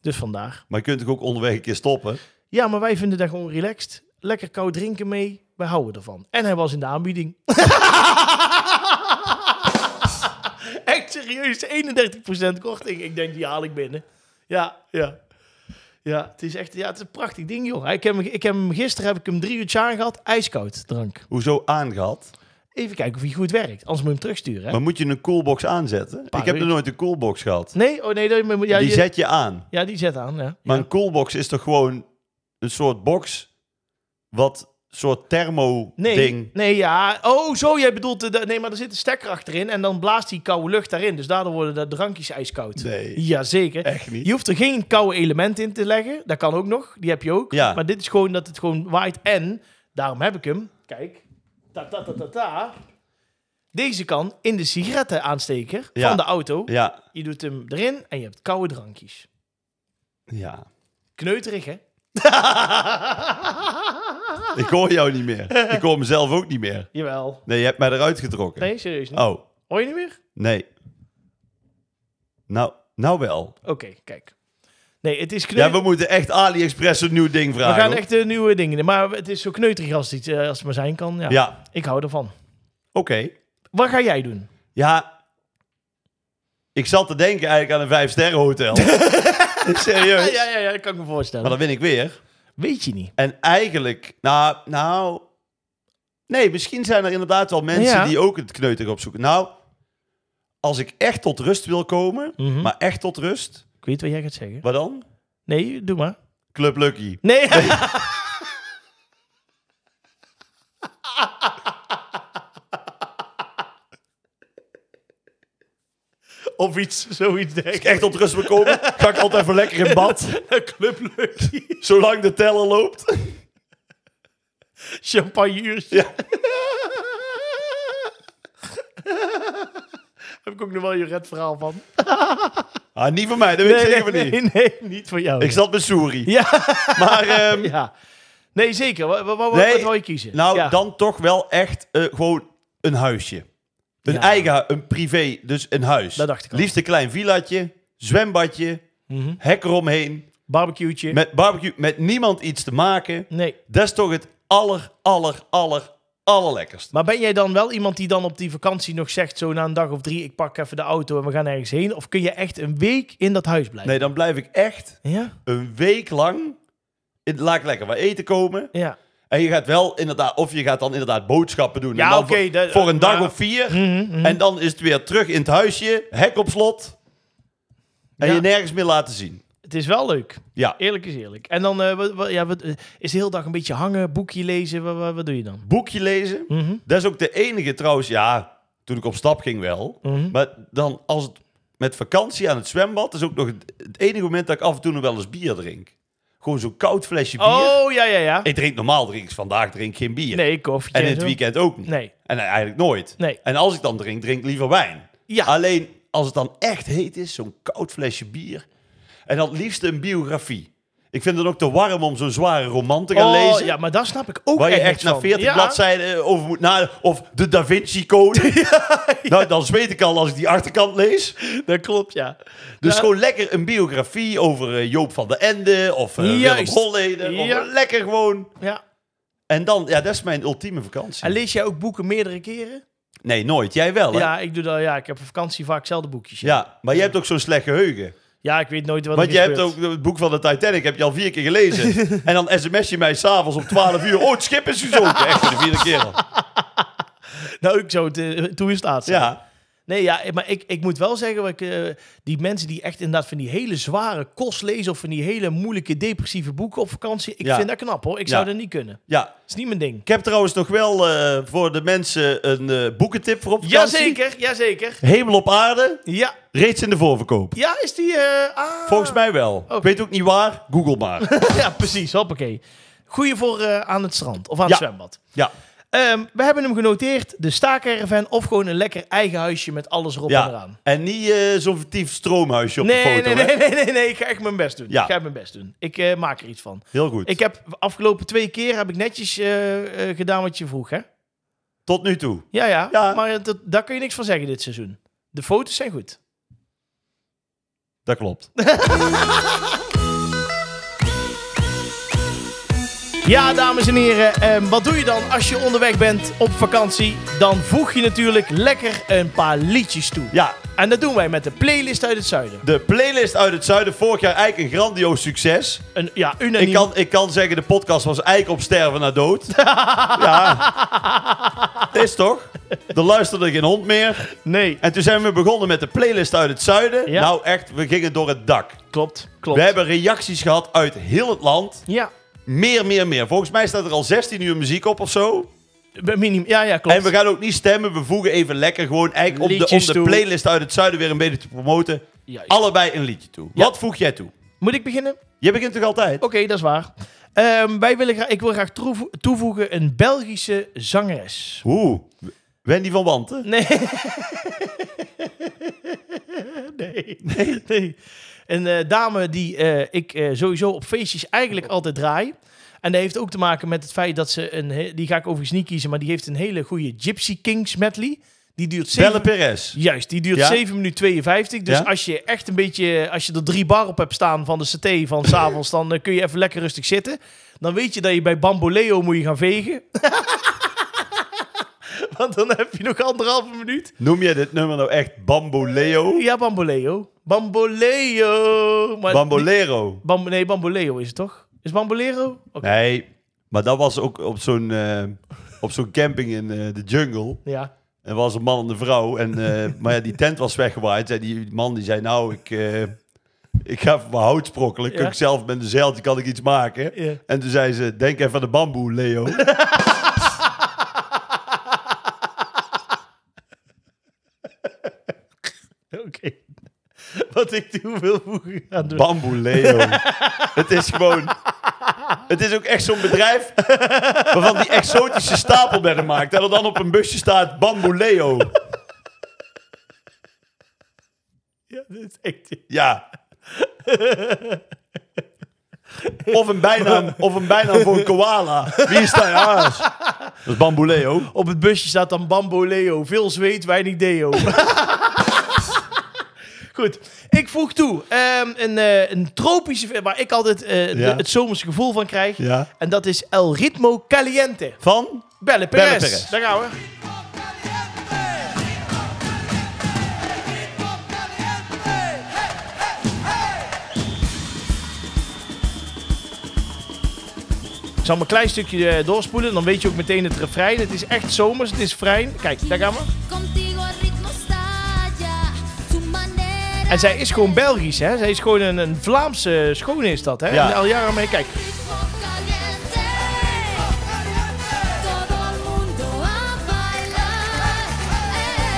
Speaker 1: Dus vandaar.
Speaker 2: Maar je kunt toch ook onderweg een keer stoppen?
Speaker 1: Ja, maar wij vinden dat gewoon relaxed. Lekker koud drinken mee. Wij houden ervan. En hij was in de aanbieding. Echt serieus, 31% korting. Ik denk, die haal ik binnen. Ja, ja. Ja, het is echt ja, het is een prachtig ding, joh. Ik heb, hem- ik heb hem, gisteren heb ik hem drie uurtje aangehad. Ijskoud drank.
Speaker 2: Hoezo aangehad?
Speaker 1: Even kijken of hij goed werkt. Anders moet je hem terugsturen. Hè?
Speaker 2: Maar moet je een coolbox aanzetten?
Speaker 1: Paar
Speaker 2: ik heb nog
Speaker 1: uur.
Speaker 2: nooit een coolbox gehad.
Speaker 1: Nee, oh nee. Dat, moet- ja,
Speaker 2: die
Speaker 1: je-
Speaker 2: zet je aan.
Speaker 1: ja, die zet aan. Ja.
Speaker 2: Maar
Speaker 1: Ja.
Speaker 2: een coolbox is toch gewoon een soort box wat soort thermo
Speaker 1: Nee,
Speaker 2: ding.
Speaker 1: nee, ja. Oh, zo, jij bedoelt... eh, dat- nee, maar er zit een stekker achterin en dan blaast die koude lucht daarin. Dus daardoor worden de drankjes ijskoud.
Speaker 2: Nee,
Speaker 1: Jazeker.
Speaker 2: echt niet.
Speaker 1: Je hoeft er geen koude element in te leggen. Dat kan ook nog. Die heb je ook.
Speaker 2: Ja.
Speaker 1: Maar dit is gewoon dat het gewoon waait. En, daarom heb ik hem. Kijk. Ta ta ta ta ta. Deze kan in de sigarettenaansteker
Speaker 2: Ja.
Speaker 1: van de auto.
Speaker 2: Ja,
Speaker 1: Je doet hem erin en je hebt koude drankjes.
Speaker 2: ja.
Speaker 1: Kneuterig, hè?
Speaker 2: Ik hoor jou niet meer. Ik hoor mezelf ook niet meer.
Speaker 1: Jawel.
Speaker 2: Nee, je hebt mij eruit getrokken.
Speaker 1: Nee, serieus niet.
Speaker 2: Oh,
Speaker 1: Hoor je niet meer?
Speaker 2: nee. Nou, nou wel.
Speaker 1: Oké, kijk. Nee, het is kneu...
Speaker 2: Ja, we moeten echt AliExpress een nieuw ding
Speaker 1: we
Speaker 2: vragen.
Speaker 1: gaan
Speaker 2: hoor.
Speaker 1: echt eh, nieuwe dingen doen. Maar het is zo kneuterig als het, iets, eh, als het maar zijn kan. Ja.
Speaker 2: Ja,
Speaker 1: Ik hou ervan.
Speaker 2: oké.
Speaker 1: Wat ga jij doen?
Speaker 2: Ja, ik zat te denken eigenlijk aan een vijfsterren hotel. Serieus.
Speaker 1: ja, ja, ja, dat kan ik me voorstellen.
Speaker 2: Maar dan win ik weer.
Speaker 1: Weet je niet.
Speaker 2: En eigenlijk, nou, nou... Nee, misschien zijn er inderdaad wel mensen
Speaker 1: Ja.
Speaker 2: die ook het kneuter opzoeken. Nou, als ik echt tot rust wil komen,
Speaker 1: Mhm.
Speaker 2: maar echt tot rust,
Speaker 1: Ik weet wat jij gaat zeggen.
Speaker 2: wat dan?
Speaker 1: Nee, doe maar.
Speaker 2: Club Lucky.
Speaker 1: Nee. of iets, zoiets denk
Speaker 2: Als ik echt tot rust wil komen, ga ik altijd even lekker in bad.
Speaker 1: Club Lucky.
Speaker 2: Zolang de teller loopt.
Speaker 1: Champagne uurtje.
Speaker 2: Ja.
Speaker 1: Heb ik ook nog wel je red verhaal van.
Speaker 2: Ah, niet van mij, dat weet ik zeker
Speaker 1: nee, nee,
Speaker 2: niet.
Speaker 1: nee, niet voor jou.
Speaker 2: Ik zat met Suri.
Speaker 1: Ja.
Speaker 2: Maar ehm,
Speaker 1: ja. Nee, zeker. Wat, wat, wat,
Speaker 2: Nee.
Speaker 1: wat wil je kiezen?
Speaker 2: nou,
Speaker 1: ja.
Speaker 2: dan toch wel echt eh, gewoon een huisje. Een
Speaker 1: Ja.
Speaker 2: eigen hu- een privé, dus een huis.
Speaker 1: Dat dacht ik al.
Speaker 2: Liefst een klein villaatje, zwembadje,
Speaker 1: Mhm.
Speaker 2: hek eromheen.
Speaker 1: Barbecue'tje.
Speaker 2: Met barbecue, met niemand iets te maken.
Speaker 1: Nee.
Speaker 2: Dat is toch het aller, aller, aller, allerlekkerst.
Speaker 1: Maar ben jij dan wel iemand die dan op die vakantie nog zegt, zo na een dag of drie, ik pak even de auto en we gaan ergens heen? Of kun je echt een week in dat huis blijven?
Speaker 2: Nee, dan blijf ik echt
Speaker 1: Ja?
Speaker 2: een week lang... in- Laat ik lekker wat eten komen.
Speaker 1: Ja.
Speaker 2: En je gaat wel inderdaad, of je gaat dan inderdaad boodschappen doen.
Speaker 1: Ja,
Speaker 2: En dan
Speaker 1: oké,
Speaker 2: voor-
Speaker 1: dat-
Speaker 2: Voor een dag
Speaker 1: maar-
Speaker 2: of vier.
Speaker 1: Mhm, mhm.
Speaker 2: En dan is het weer terug in het huisje, hek op slot. En
Speaker 1: Ja.
Speaker 2: je nergens meer laten zien.
Speaker 1: Het is wel leuk.
Speaker 2: Ja.
Speaker 1: Eerlijk is eerlijk. En dan eh, wat, wat- ja, wat, eh, is de hele dag een beetje hangen, boekje lezen. Wat, wat, wat doe je dan?
Speaker 2: Boekje lezen.
Speaker 1: Mhm.
Speaker 2: Dat is ook de enige trouwens, ja, toen ik op stap ging wel.
Speaker 1: Mhm.
Speaker 2: Maar dan als het met vakantie aan het zwembad, is ook nog het, het enige moment dat ik af en toe nog wel eens bier drink. Gewoon zo'n koud flesje bier.
Speaker 1: Oh, ja, ja, ja.
Speaker 2: Ik drink normaal drink ik vandaag drink ik geen bier.
Speaker 1: Nee, koffietje.
Speaker 2: en in
Speaker 1: en
Speaker 2: het
Speaker 1: zo.
Speaker 2: weekend ook niet.
Speaker 1: Nee.
Speaker 2: En eigenlijk nooit.
Speaker 1: Nee.
Speaker 2: En als ik dan drink, drink ik liever wijn.
Speaker 1: Ja.
Speaker 2: Alleen als het dan echt heet is, zo'n koud flesje bier. En dan het liefst een biografie. Ik vind het ook te warm om zo'n zware roman te gaan
Speaker 1: Oh,
Speaker 2: lezen.
Speaker 1: Ja, maar daar snap ik ook
Speaker 2: Waar je
Speaker 1: echt
Speaker 2: echt
Speaker 1: niks
Speaker 2: na
Speaker 1: van.
Speaker 2: 40
Speaker 1: Ja.
Speaker 2: bladzijden eh, over moet na Of de Da Vinci Code. Nou, dan zweet ik al als ik die achterkant lees.
Speaker 1: Dat klopt, ja.
Speaker 2: Dus
Speaker 1: Ja.
Speaker 2: gewoon lekker een biografie over eh, Joop van der Ende. Of eh, Willem
Speaker 1: Juist.
Speaker 2: Holleden.
Speaker 1: Ja.
Speaker 2: Of lekker gewoon.
Speaker 1: ja.
Speaker 2: En dan, ja, dat is mijn ultieme vakantie.
Speaker 1: En lees jij ook boeken meerdere keren?
Speaker 2: Nee, nooit. Jij wel, hè?
Speaker 1: Ja, ik doe dat. Ja, ik heb op vakantie vaak zelfde boekjes.
Speaker 2: Ja, maar jij hebt ook zo'n slecht geheugen.
Speaker 1: Ja, ik weet nooit wat
Speaker 2: Want
Speaker 1: er
Speaker 2: je hebt
Speaker 1: gebeurt.
Speaker 2: ook het boek van de Titanic heb je al vier keer gelezen. en dan sms je mij s'avonds om 12 uur. Oh, het schip is gezonken. Echt voor de vierde keer al.
Speaker 1: Nou, ik zou het eh, toe in staat zijn.
Speaker 2: Ja.
Speaker 1: Nee, ja, maar ik, ik moet wel zeggen, wat ik, eh, die mensen die echt inderdaad van die hele zware kost lezen... of van die hele moeilijke depressieve boeken op vakantie... ik
Speaker 2: Ja.
Speaker 1: vind dat knap, hoor. Ik zou
Speaker 2: Ja.
Speaker 1: dat niet kunnen. Dat
Speaker 2: ja.
Speaker 1: is niet mijn ding.
Speaker 2: Ik heb trouwens nog wel eh, voor de mensen een eh, boekentip voor op vakantie.
Speaker 1: Jazeker, jazeker.
Speaker 2: Hemel op aarde,
Speaker 1: Ja,
Speaker 2: reeds in de voorverkoop.
Speaker 1: ja is die... eh, ah.
Speaker 2: Volgens mij wel. Ik weet ook niet waar, google maar.
Speaker 1: Ja, precies, hoppakee. Goeie voor eh, aan het strand of aan
Speaker 2: Ja.
Speaker 1: het zwembad.
Speaker 2: ja.
Speaker 1: Ehm, we hebben hem genoteerd, de staakerven of gewoon een lekker eigen huisje met alles erop en
Speaker 2: ja.
Speaker 1: eraan.
Speaker 2: En niet eh, zo'n vertiefd stroomhuisje op
Speaker 1: Nee,
Speaker 2: de foto.
Speaker 1: nee,
Speaker 2: hè?
Speaker 1: nee, nee, nee, nee, ik ga echt mijn best doen.
Speaker 2: Ja.
Speaker 1: Ik ga mijn best doen. Ik eh, maak er iets van.
Speaker 2: Heel goed.
Speaker 1: Ik heb afgelopen twee keer heb ik netjes eh, eh, gedaan wat je vroeg, hè?
Speaker 2: Tot nu toe.
Speaker 1: Ja, ja.
Speaker 2: Ja.
Speaker 1: Maar dat, daar kun je niks van zeggen dit seizoen. De foto's zijn goed.
Speaker 2: Dat klopt.
Speaker 1: Ja, dames en heren. ehm, wat doe je dan als je onderweg bent op vakantie? Dan voeg je natuurlijk lekker een paar liedjes toe.
Speaker 2: Ja,
Speaker 1: En dat doen wij met de playlist uit het zuiden.
Speaker 2: de playlist uit het zuiden. Vorig jaar eigenlijk een grandioos succes.
Speaker 1: Een, ja, unaniem.
Speaker 2: Ik kan, ik kan zeggen, de podcast was eigenlijk op sterven naar dood. ja. Het Is toch? Er luisterde geen hond meer.
Speaker 1: Nee,
Speaker 2: En toen zijn we begonnen met de playlist uit het zuiden.
Speaker 1: Ja.
Speaker 2: Nou echt, we gingen door het dak.
Speaker 1: klopt, klopt.
Speaker 2: We hebben reacties gehad uit heel het land.
Speaker 1: Ja,
Speaker 2: Meer, meer, meer. Volgens mij staat er al 16 uur muziek op of zo.
Speaker 1: bij minim ja, ja, klopt.
Speaker 2: En we gaan ook niet stemmen. We voegen even lekker gewoon eigenlijk om de, om
Speaker 1: Liedjes
Speaker 2: de
Speaker 1: toe.
Speaker 2: playlist uit het zuiden weer een beetje te promoten.
Speaker 1: Juist.
Speaker 2: Allebei een liedje toe.
Speaker 1: Ja.
Speaker 2: Wat voeg jij toe?
Speaker 1: Moet ik beginnen?
Speaker 2: Je begint toch altijd?
Speaker 1: Oké, dat is waar. Ehm, wij willen graag, ik wil graag toevo- toevoegen een Belgische zangeres.
Speaker 2: Oeh, Wendy van Wanten.
Speaker 1: Nee. nee. Nee. Een eh, dame die eh, ik eh, sowieso op feestjes eigenlijk altijd draai. En dat heeft ook te maken met het feit dat ze een... he- Die ga ik overigens niet kiezen, maar die heeft een hele goede Gypsy Kings medley. Die duurt
Speaker 2: Belle
Speaker 1: 7,
Speaker 2: Perez.
Speaker 1: juist, die duurt
Speaker 2: Ja.
Speaker 1: 7 minuten 52. Dus
Speaker 2: Ja.
Speaker 1: als je echt een beetje, als je er drie bar op hebt staan van de CT van s'avonds, dan eh, kun je even lekker rustig zitten. Dan weet je dat je bij Bamboleo moet je gaan vegen. Want dan heb je nog anderhalve minuut.
Speaker 2: Noem jij dit nummer nou echt Bamboleo?
Speaker 1: Ja, Bamboleo. Bamboleo. Maar
Speaker 2: Bambolero.
Speaker 1: Bam- nee, Bamboleo is het toch? Is Bambolero? Oké.
Speaker 2: Nee, maar dat was ook op zo'n eh, op zo'n camping in eh, de jungle.
Speaker 1: Ja.
Speaker 2: En was een man en een vrouw. En, eh, maar ja, die tent was weggewaaid. En die man die zei, nou, ik, eh, ik ga even mijn hout sprokkelen. Kun
Speaker 1: Ja.
Speaker 2: ik zelf met een zeiltje kan ik iets maken?
Speaker 1: Ja.
Speaker 2: En toen zei ze, denk even aan de bamboe, Leo.
Speaker 1: Oké. Wat ik te hoeveel dus- vroeger aan doen.
Speaker 2: bamboe, Leo. het is gewoon... Het is ook echt zo'n bedrijf waarvan die exotische stapelbedden maakt. En er dan op een busje staat bamboe, Leo.
Speaker 1: Ja, dit is echt...
Speaker 2: Ja. Of een bijnaam, of een bijnaam voor een koala. Wie is daar? Ja, dat is- dat is bamboe, Leo.
Speaker 1: Op het busje staat dan Bamboleo. Veel zweet, weinig deo. Goed. Ik voeg toe ehm, een, eh, een tropische... Waar ik altijd eh, de-
Speaker 2: Ja.
Speaker 1: het zomerse gevoel van krijg.
Speaker 2: Ja.
Speaker 1: En dat is El Ritmo Caliente.
Speaker 2: Van?
Speaker 1: Belle
Speaker 2: Belle
Speaker 1: Perez.
Speaker 2: Perez.
Speaker 1: Daar gaan we. Ik zal maar een klein stukje eh, doorspoelen. Dan weet je ook meteen het refrein. Het is echt zomers. Het is vrij. Kijk, daar gaan we.
Speaker 3: Contigo el ritmo estalla, tu manera
Speaker 1: En zij is gewoon Belgisch, hè? Zij is gewoon een, een Vlaamse schone is dat, hè?
Speaker 2: Ja.
Speaker 1: En al jaren mee. Kijk,
Speaker 3: ritmo caliente. Todo el mundo a bailar.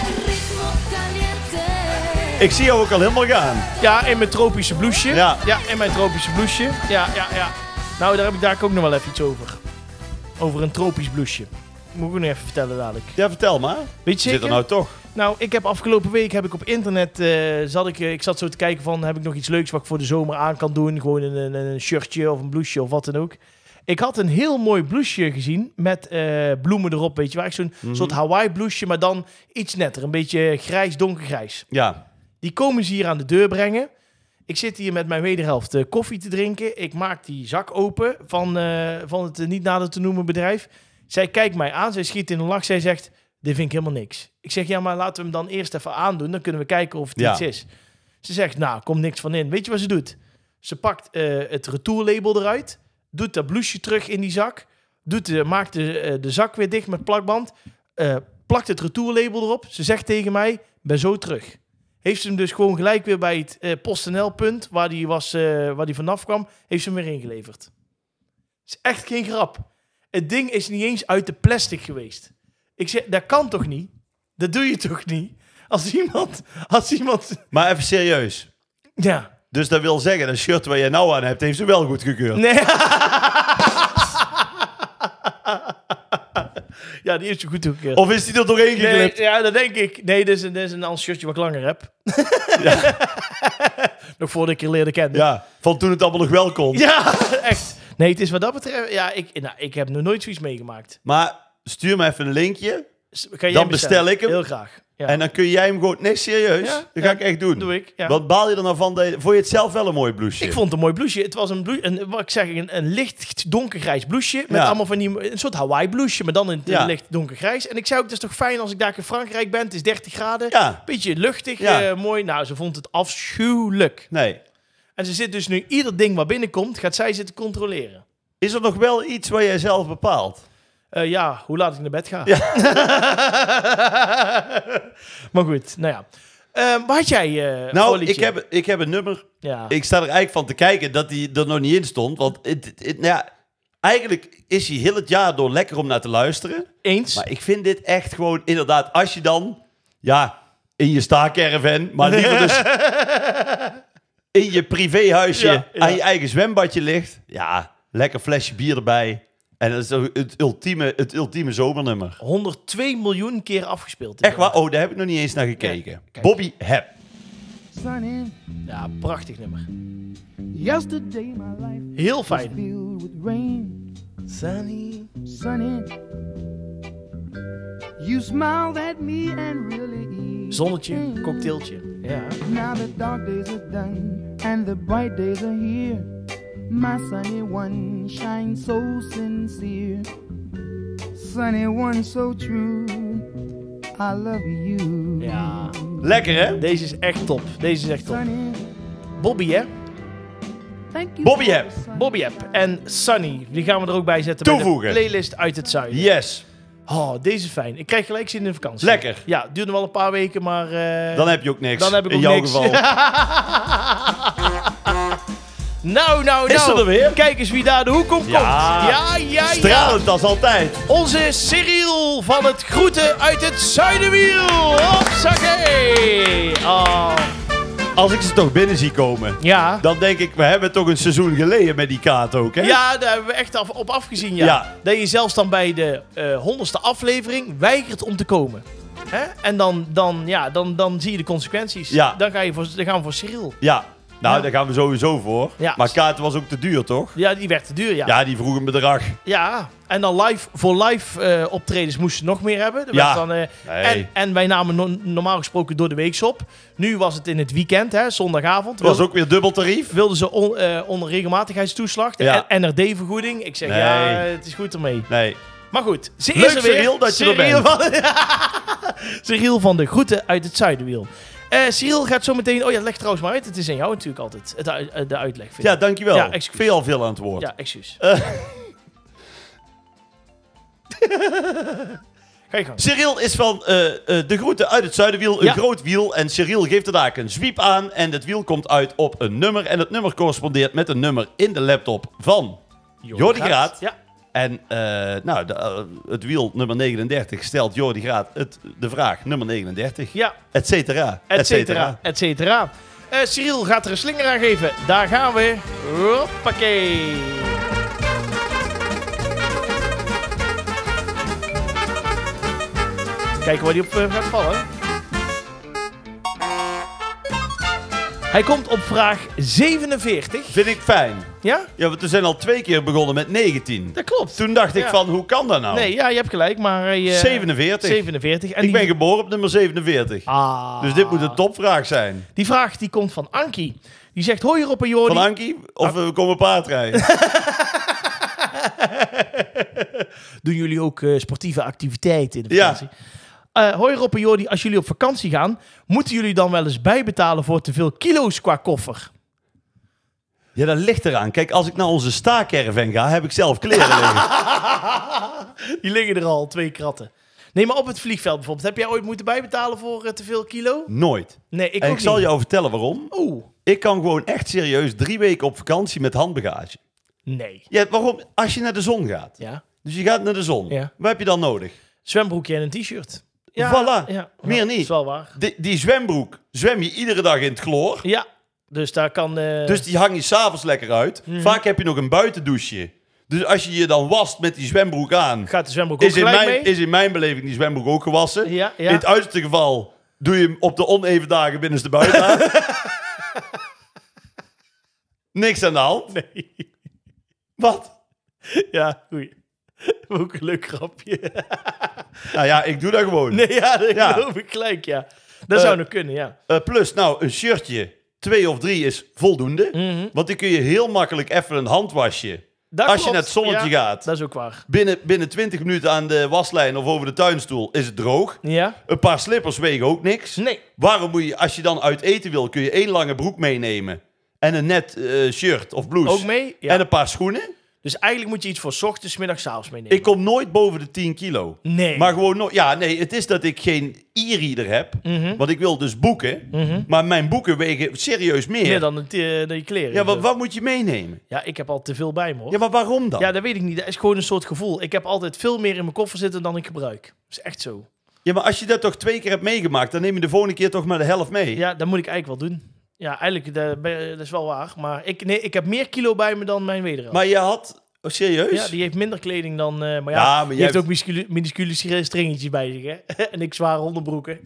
Speaker 3: El ritmo caliente.
Speaker 2: Ik zie jou ook al helemaal gaan.
Speaker 1: ja, in mijn tropische bloesje.
Speaker 2: Ja.
Speaker 1: ja, in mijn tropische bloesje. Ja, ja, ja. Nou, daar heb ik daar ook nog wel even iets over. Over een tropisch bloesje. Moet ik ook nog even vertellen dadelijk.
Speaker 2: Ja, vertel maar.
Speaker 1: Weet je
Speaker 2: Zit
Speaker 1: zeker?
Speaker 2: er nou toch?
Speaker 1: Nou, ik heb afgelopen week heb ik op internet eh, zat ik, eh, ik zat zo te kijken van heb ik nog iets leuks wat ik voor de zomer aan kan doen, gewoon een, een, een shirtje of een blouseje of wat dan ook. Ik had een heel mooi blouseje gezien met eh, bloemen erop, weet je waar? Zo'n
Speaker 2: Mhm.
Speaker 1: soort Hawaii blouseje, maar dan iets netter, een beetje grijs, donkergrijs.
Speaker 2: Ja.
Speaker 1: Die komen ze hier aan de deur brengen. Ik zit hier met mijn wederhelft eh, koffie te drinken. Ik maak die zak open van, eh, van het eh, niet nader te noemen bedrijf. Zij kijkt mij aan, zij schiet in de lach. Zij zegt, dit vind ik helemaal niks. Ik zeg, ja, maar laten we hem dan eerst even aandoen. Dan kunnen we kijken of het
Speaker 2: Ja.
Speaker 1: iets is. Ze zegt, nou, komt niks van in. Weet je wat ze doet? Ze pakt eh, het retourlabel eruit. Doet dat blouseje terug in die zak. Doet de, maakt de, eh, de zak weer dicht met plakband. eh, plakt het retourlabel erop. Ze zegt tegen mij, ben zo terug heeft ze hem dus gewoon gelijk weer bij het eh, PostNL-punt waar die, was, eh, waar die vanaf kwam, heeft ze hem weer ingeleverd. is echt geen grap. Het ding is niet eens uit de plastic geweest. Ik zeg, dat kan toch niet? Dat doe je toch niet? Als iemand, als iemand,
Speaker 2: Maar even serieus.
Speaker 1: ja.
Speaker 2: Dus dat wil zeggen, dat shirt waar jij nou aan hebt, heeft ze wel goed gekeurd.
Speaker 1: Nee. ja, die is goed ook. eh.
Speaker 2: Of is die er doorheen
Speaker 1: Nee,
Speaker 2: geknipt?
Speaker 1: ja, dat denk ik. Nee, dit is een, dit is een ander shirtje wat ik langer heb. Nog voordat ik je leerde kennen.
Speaker 2: Ja, van toen het allemaal nog wel kon.
Speaker 1: Ja, echt. Nee, het is wat dat betreft... Ja, ik, nou, ik heb nog nooit zoiets meegemaakt.
Speaker 2: Maar stuur me even een linkje
Speaker 1: S- Kan jij
Speaker 2: Dan bestel ik hem.
Speaker 1: Heel graag. Ja.
Speaker 2: en dan kun jij hem gewoon... Nee, serieus.
Speaker 1: Ja, ja.
Speaker 2: dat ga ik echt doen.
Speaker 1: Doe ik, ja.
Speaker 2: Wat baal je er nou van? dat je- Vond je het zelf wel een mooi blouseje?
Speaker 1: ik vond het een mooi blouseje. Het was een, blouse, een, wat ik zeg, een, een licht donkergrijs blouseje. Met
Speaker 2: Ja.
Speaker 1: allemaal van die... Een soort Hawaii blouseje, maar dan in het
Speaker 2: Ja.
Speaker 1: licht donkergrijs. En ik zei ook, het is toch fijn als ik daar in Frankrijk ben. Het is 30 graden.
Speaker 2: Ja.
Speaker 1: Beetje luchtig,
Speaker 2: Ja.
Speaker 1: eh, mooi. Nou, ze vond het afschuwelijk.
Speaker 2: Nee.
Speaker 1: En ze zit dus nu... Ieder ding wat binnenkomt, gaat zij zitten controleren.
Speaker 2: Is er nog wel iets waar jij zelf bepaalt?
Speaker 1: Eh, ja, hoe laat ik naar bed ga. maar goed, nou ja. Eh, wat had jij eh, voor
Speaker 2: Nou,
Speaker 1: liedje?
Speaker 2: ik heb, ik heb een nummer
Speaker 1: Ja.
Speaker 2: Ik sta er eigenlijk van te kijken dat hij er nog niet in stond. Want het, het- het- nou ja, eigenlijk is hij heel het jaar door lekker om naar te luisteren.
Speaker 1: Eens?
Speaker 2: Maar ik vind dit echt gewoon, inderdaad, als je dan... Ja, in je staakerven, maar liever dus... in je privéhuisje
Speaker 1: Ja, ja.
Speaker 2: aan je eigen zwembadje ligt. Ja, lekker flesje bier erbij. En dat is toch het ultieme, het ultieme zomernummer.
Speaker 1: 102 miljoen keer afgespeeld.
Speaker 2: Echt waar? Oh, daar heb ik nog niet eens naar gekeken.
Speaker 1: kijk.
Speaker 2: Bobby Hep.
Speaker 4: sunny.
Speaker 1: Ja, prachtig nummer.
Speaker 4: Yesterday my life
Speaker 1: Heel
Speaker 4: was
Speaker 1: fijn.
Speaker 4: filled with rain,
Speaker 1: Sunny.
Speaker 4: sunny. You smiled at me and really eased
Speaker 1: Zonnetje,
Speaker 4: me.
Speaker 1: cocktailtje. Ja.
Speaker 4: Now the dark days are done and the bright days are here. My sunny one shines so sincere. Sunny one so true. I love you.
Speaker 1: ja.
Speaker 2: Lekker, hè?
Speaker 1: Deze is echt top. Deze is echt top.
Speaker 4: Sunny,
Speaker 1: Bobby, hè?
Speaker 4: thank you.
Speaker 2: Bobby Hep.
Speaker 4: Sunny.
Speaker 1: Bobby App en Sunny. Die gaan we er ook bij zetten.
Speaker 2: Toevoegen.
Speaker 1: Bij de playlist uit het zuiden.
Speaker 2: Yes.
Speaker 1: Oh, deze is fijn. Ik krijg gelijk zin in de vakantie.
Speaker 2: Lekker.
Speaker 1: Ja, het duurde wel een paar weken, maar... eh,
Speaker 2: Dan heb je ook niks.
Speaker 1: Dan heb ik
Speaker 2: In
Speaker 1: ook
Speaker 2: jouw
Speaker 1: niks.
Speaker 2: geval.
Speaker 1: Nou, nou, nou.
Speaker 2: Is er er weer?
Speaker 1: Kijk eens wie daar de hoek om komt. Ja, ja, ja.
Speaker 2: Stralend als altijd.
Speaker 1: Onze Cyril van het Groeten uit het Zuidenwiel. Hopsakee. Oh.
Speaker 2: Als ik ze toch binnen zie komen,
Speaker 1: Ja.
Speaker 2: dan denk ik, we hebben toch een seizoen geleden met die kaart ook, hè?
Speaker 1: Ja, daar hebben we echt af, op afgezien, ja.
Speaker 2: Ja.
Speaker 1: Dat je zelfs dan bij de eh, honderdste aflevering weigert om te komen. Hè? En dan, dan, ja, dan, dan zie je de consequenties.
Speaker 2: Ja.
Speaker 1: Dan, ga je voor, dan gaan we voor Cyril.
Speaker 2: Ja. Nou,
Speaker 1: Ja.
Speaker 2: daar gaan we sowieso voor.
Speaker 1: Ja.
Speaker 2: Maar kaart was ook te duur, toch?
Speaker 1: Ja, die werd te duur, ja.
Speaker 2: Ja, die vroeg een bedrag.
Speaker 1: Ja, en dan live, voor live eh, optredens moesten ze nog meer hebben. Er
Speaker 2: Ja.
Speaker 1: werd dan, eh,
Speaker 2: Nee.
Speaker 1: en, en wij namen no- normaal gesproken door de weeks op. Nu was het in het weekend, hè, zondagavond.
Speaker 2: Het was ook weer dubbel tarief.
Speaker 1: Wilden ze on, eh, onder regelmatigheidstoeslag, de
Speaker 2: Ja.
Speaker 1: NRD-vergoeding. Ik zeg, ja,
Speaker 2: Nee.
Speaker 1: het is goed ermee.
Speaker 2: Nee.
Speaker 1: Maar goed, ze
Speaker 2: Leuk,
Speaker 1: is er weer.
Speaker 2: Cyril, dat je er
Speaker 1: Cyril Van, Cyril van de Groeten uit het Zuidenwiel. Eh Cyril gaat zo meteen... Oh ja, leg trouwens maar uit. Het is aan jou natuurlijk altijd. Het, ui- eh, de uitleg. Vind
Speaker 2: Ja, Eh.
Speaker 1: ik.
Speaker 2: dankjewel.
Speaker 1: Ja,
Speaker 2: ik
Speaker 1: excuus.
Speaker 2: veel al veel aan het woord.
Speaker 1: ja, excuus. Ga je gang.
Speaker 2: Cyril is van eh, eh, de groeten uit het zuidenwiel een
Speaker 1: Ja.
Speaker 2: groot wiel. En Cyril geeft de daken een zwiep aan. En het wiel komt uit op een nummer. En het nummer correspondeert met een nummer in de laptop van. Jordi Graat.
Speaker 1: Ja.
Speaker 2: En eh, nou, de, eh, het wiel nummer 39 stelt Jordi Graat het, de vraag nummer 39.
Speaker 1: Ja,
Speaker 2: Et cetera.
Speaker 1: et cetera, et cetera. Eh, Cyril gaat er een slinger aan geven. Daar gaan we. Hoppakee. Kijken waar hij op eh, gaat vallen. Hij komt op vraag 47.
Speaker 2: Vind ik fijn.
Speaker 1: Ja?
Speaker 2: Ja, want we zijn al twee keer begonnen met 19.
Speaker 1: Dat klopt.
Speaker 2: Toen dacht ik
Speaker 1: Ja.
Speaker 2: van, hoe kan dat nou?
Speaker 1: Nee, ja, je hebt gelijk, maar... hij, eh,
Speaker 2: 47.
Speaker 1: 47. En
Speaker 2: ik
Speaker 1: die-
Speaker 2: ben geboren op nummer 47.
Speaker 1: Ah.
Speaker 2: Dus dit moet een topvraag zijn.
Speaker 1: Die vraag die komt van Ankie. Die zegt, hoi Rob en Jordi.
Speaker 2: Van Ankie, of
Speaker 1: Ah.
Speaker 2: we komen paardrijden?
Speaker 1: Doen jullie ook eh, sportieve activiteiten in de
Speaker 2: Ja.
Speaker 1: vakantie? Eh, hoi Rob en Jordi, als jullie op vakantie gaan, moeten jullie dan wel eens bijbetalen voor te veel kilo's qua koffer?
Speaker 2: Ja, dat ligt eraan. Kijk, als ik naar onze staakerven ga, heb ik zelf kleren liggen.
Speaker 1: Die liggen er al, twee kratten. Nee, maar op het vliegveld bijvoorbeeld. Heb jij ooit moeten bijbetalen voor eh, te veel kilo?
Speaker 2: Nooit.
Speaker 1: Nee, ik
Speaker 2: en
Speaker 1: ook
Speaker 2: Eh, ik zal
Speaker 1: niet.
Speaker 2: jou vertellen waarom.
Speaker 1: Oeh,
Speaker 2: Ik kan gewoon echt serieus drie weken op vakantie met handbagage.
Speaker 1: nee.
Speaker 2: Ja, waarom? Als je naar de zon gaat.
Speaker 1: Ja.
Speaker 2: Dus je gaat naar de zon.
Speaker 1: Ja.
Speaker 2: Wat heb je dan nodig?
Speaker 1: Zwembroekje en een t-shirt. Ja,
Speaker 2: Voilà. Meer niet.
Speaker 1: is wel waar.
Speaker 2: Die, die zwembroek zwem je iedere dag in het chloor.
Speaker 1: Ja, dus daar kan... eh,
Speaker 2: Dus die hang je s'avonds lekker uit.
Speaker 1: Mhm.
Speaker 2: Vaak heb je nog een buitendouche. Dus als je je dan wast met die zwembroek aan...
Speaker 1: gaat de zwembroek ook
Speaker 2: Is in,
Speaker 1: gelijk mee?
Speaker 2: mijn, is in mijn beleving die zwembroek ook gewassen.
Speaker 1: Ja, ja.
Speaker 2: In het uiterste geval doe je hem op de oneven dagen binnenste buiten aan. Niks aan de hand.
Speaker 1: Nee.
Speaker 2: Wat?
Speaker 1: Ja, oei. Ook een leuk grapje.
Speaker 2: Nou ja, ik doe dat gewoon.
Speaker 1: Nee, ja, dat
Speaker 2: Ja.
Speaker 1: geloof ik gelijk, ja. Dat
Speaker 2: Eh,
Speaker 1: zou nog kunnen, ja.
Speaker 2: Eh, plus, nou, een shirtje, twee of drie is voldoende.
Speaker 1: Mhm.
Speaker 2: Want die kun je heel makkelijk even een handwasje.
Speaker 1: Dat
Speaker 2: als je
Speaker 1: klopt,
Speaker 2: naar het zonnetje
Speaker 1: ja.
Speaker 2: gaat.
Speaker 1: Dat is ook waar.
Speaker 2: Binnen, binnen 20 minuten aan de waslijn of over de tuinstoel is het droog.
Speaker 1: Ja? Dus
Speaker 2: Een paar slippers wegen ook niks.
Speaker 1: Nee.
Speaker 2: Waarom moet je, als je dan uit eten wil, kun je één lange broek meenemen. En een net eh, shirt of blouse.
Speaker 1: Ook mee? Ja.
Speaker 2: En een paar schoenen.
Speaker 1: Dus eigenlijk moet je iets voor 's ochtends, 's middags, 's avonds meenemen.
Speaker 2: Ik kom nooit boven de 10 kilo.
Speaker 1: Nee.
Speaker 2: Maar gewoon nooit. Ja, nee, het is dat ik geen e-reader heb.
Speaker 1: Mhm.
Speaker 2: Want ik wil dus boeken. Maar mijn boeken wegen serieus meer.
Speaker 1: Meer dan, het, eh, dan je kleren.
Speaker 2: ja, wat, wat moet je meenemen?
Speaker 1: Ja, ik heb al te veel bij me, hoor.
Speaker 2: Ja,
Speaker 1: Ja,
Speaker 2: maar waarom dan?
Speaker 1: dat weet ik niet. Dat is gewoon een soort gevoel. Ik heb altijd veel meer in mijn koffer zitten dan ik gebruik. Dat is echt zo.
Speaker 2: Ja, maar als je dat toch twee keer hebt meegemaakt, dan neem je de volgende keer toch maar de helft mee.
Speaker 1: Ja, dat moet ik eigenlijk wel doen. Ja, eigenlijk, dat, ben- dat is wel waar. Maar ik, nee, ik heb meer kilo bij me dan mijn wederhelft.
Speaker 2: Maar je had. Oh, serieus?
Speaker 1: Ja, die heeft minder kleding dan... eh, maar ja,
Speaker 2: Ja, maar
Speaker 1: die
Speaker 2: jij
Speaker 1: heeft
Speaker 2: hebt-
Speaker 1: ook minuscule, minuscule stringetjes bij zich, hè? en ik zware onderbroeken.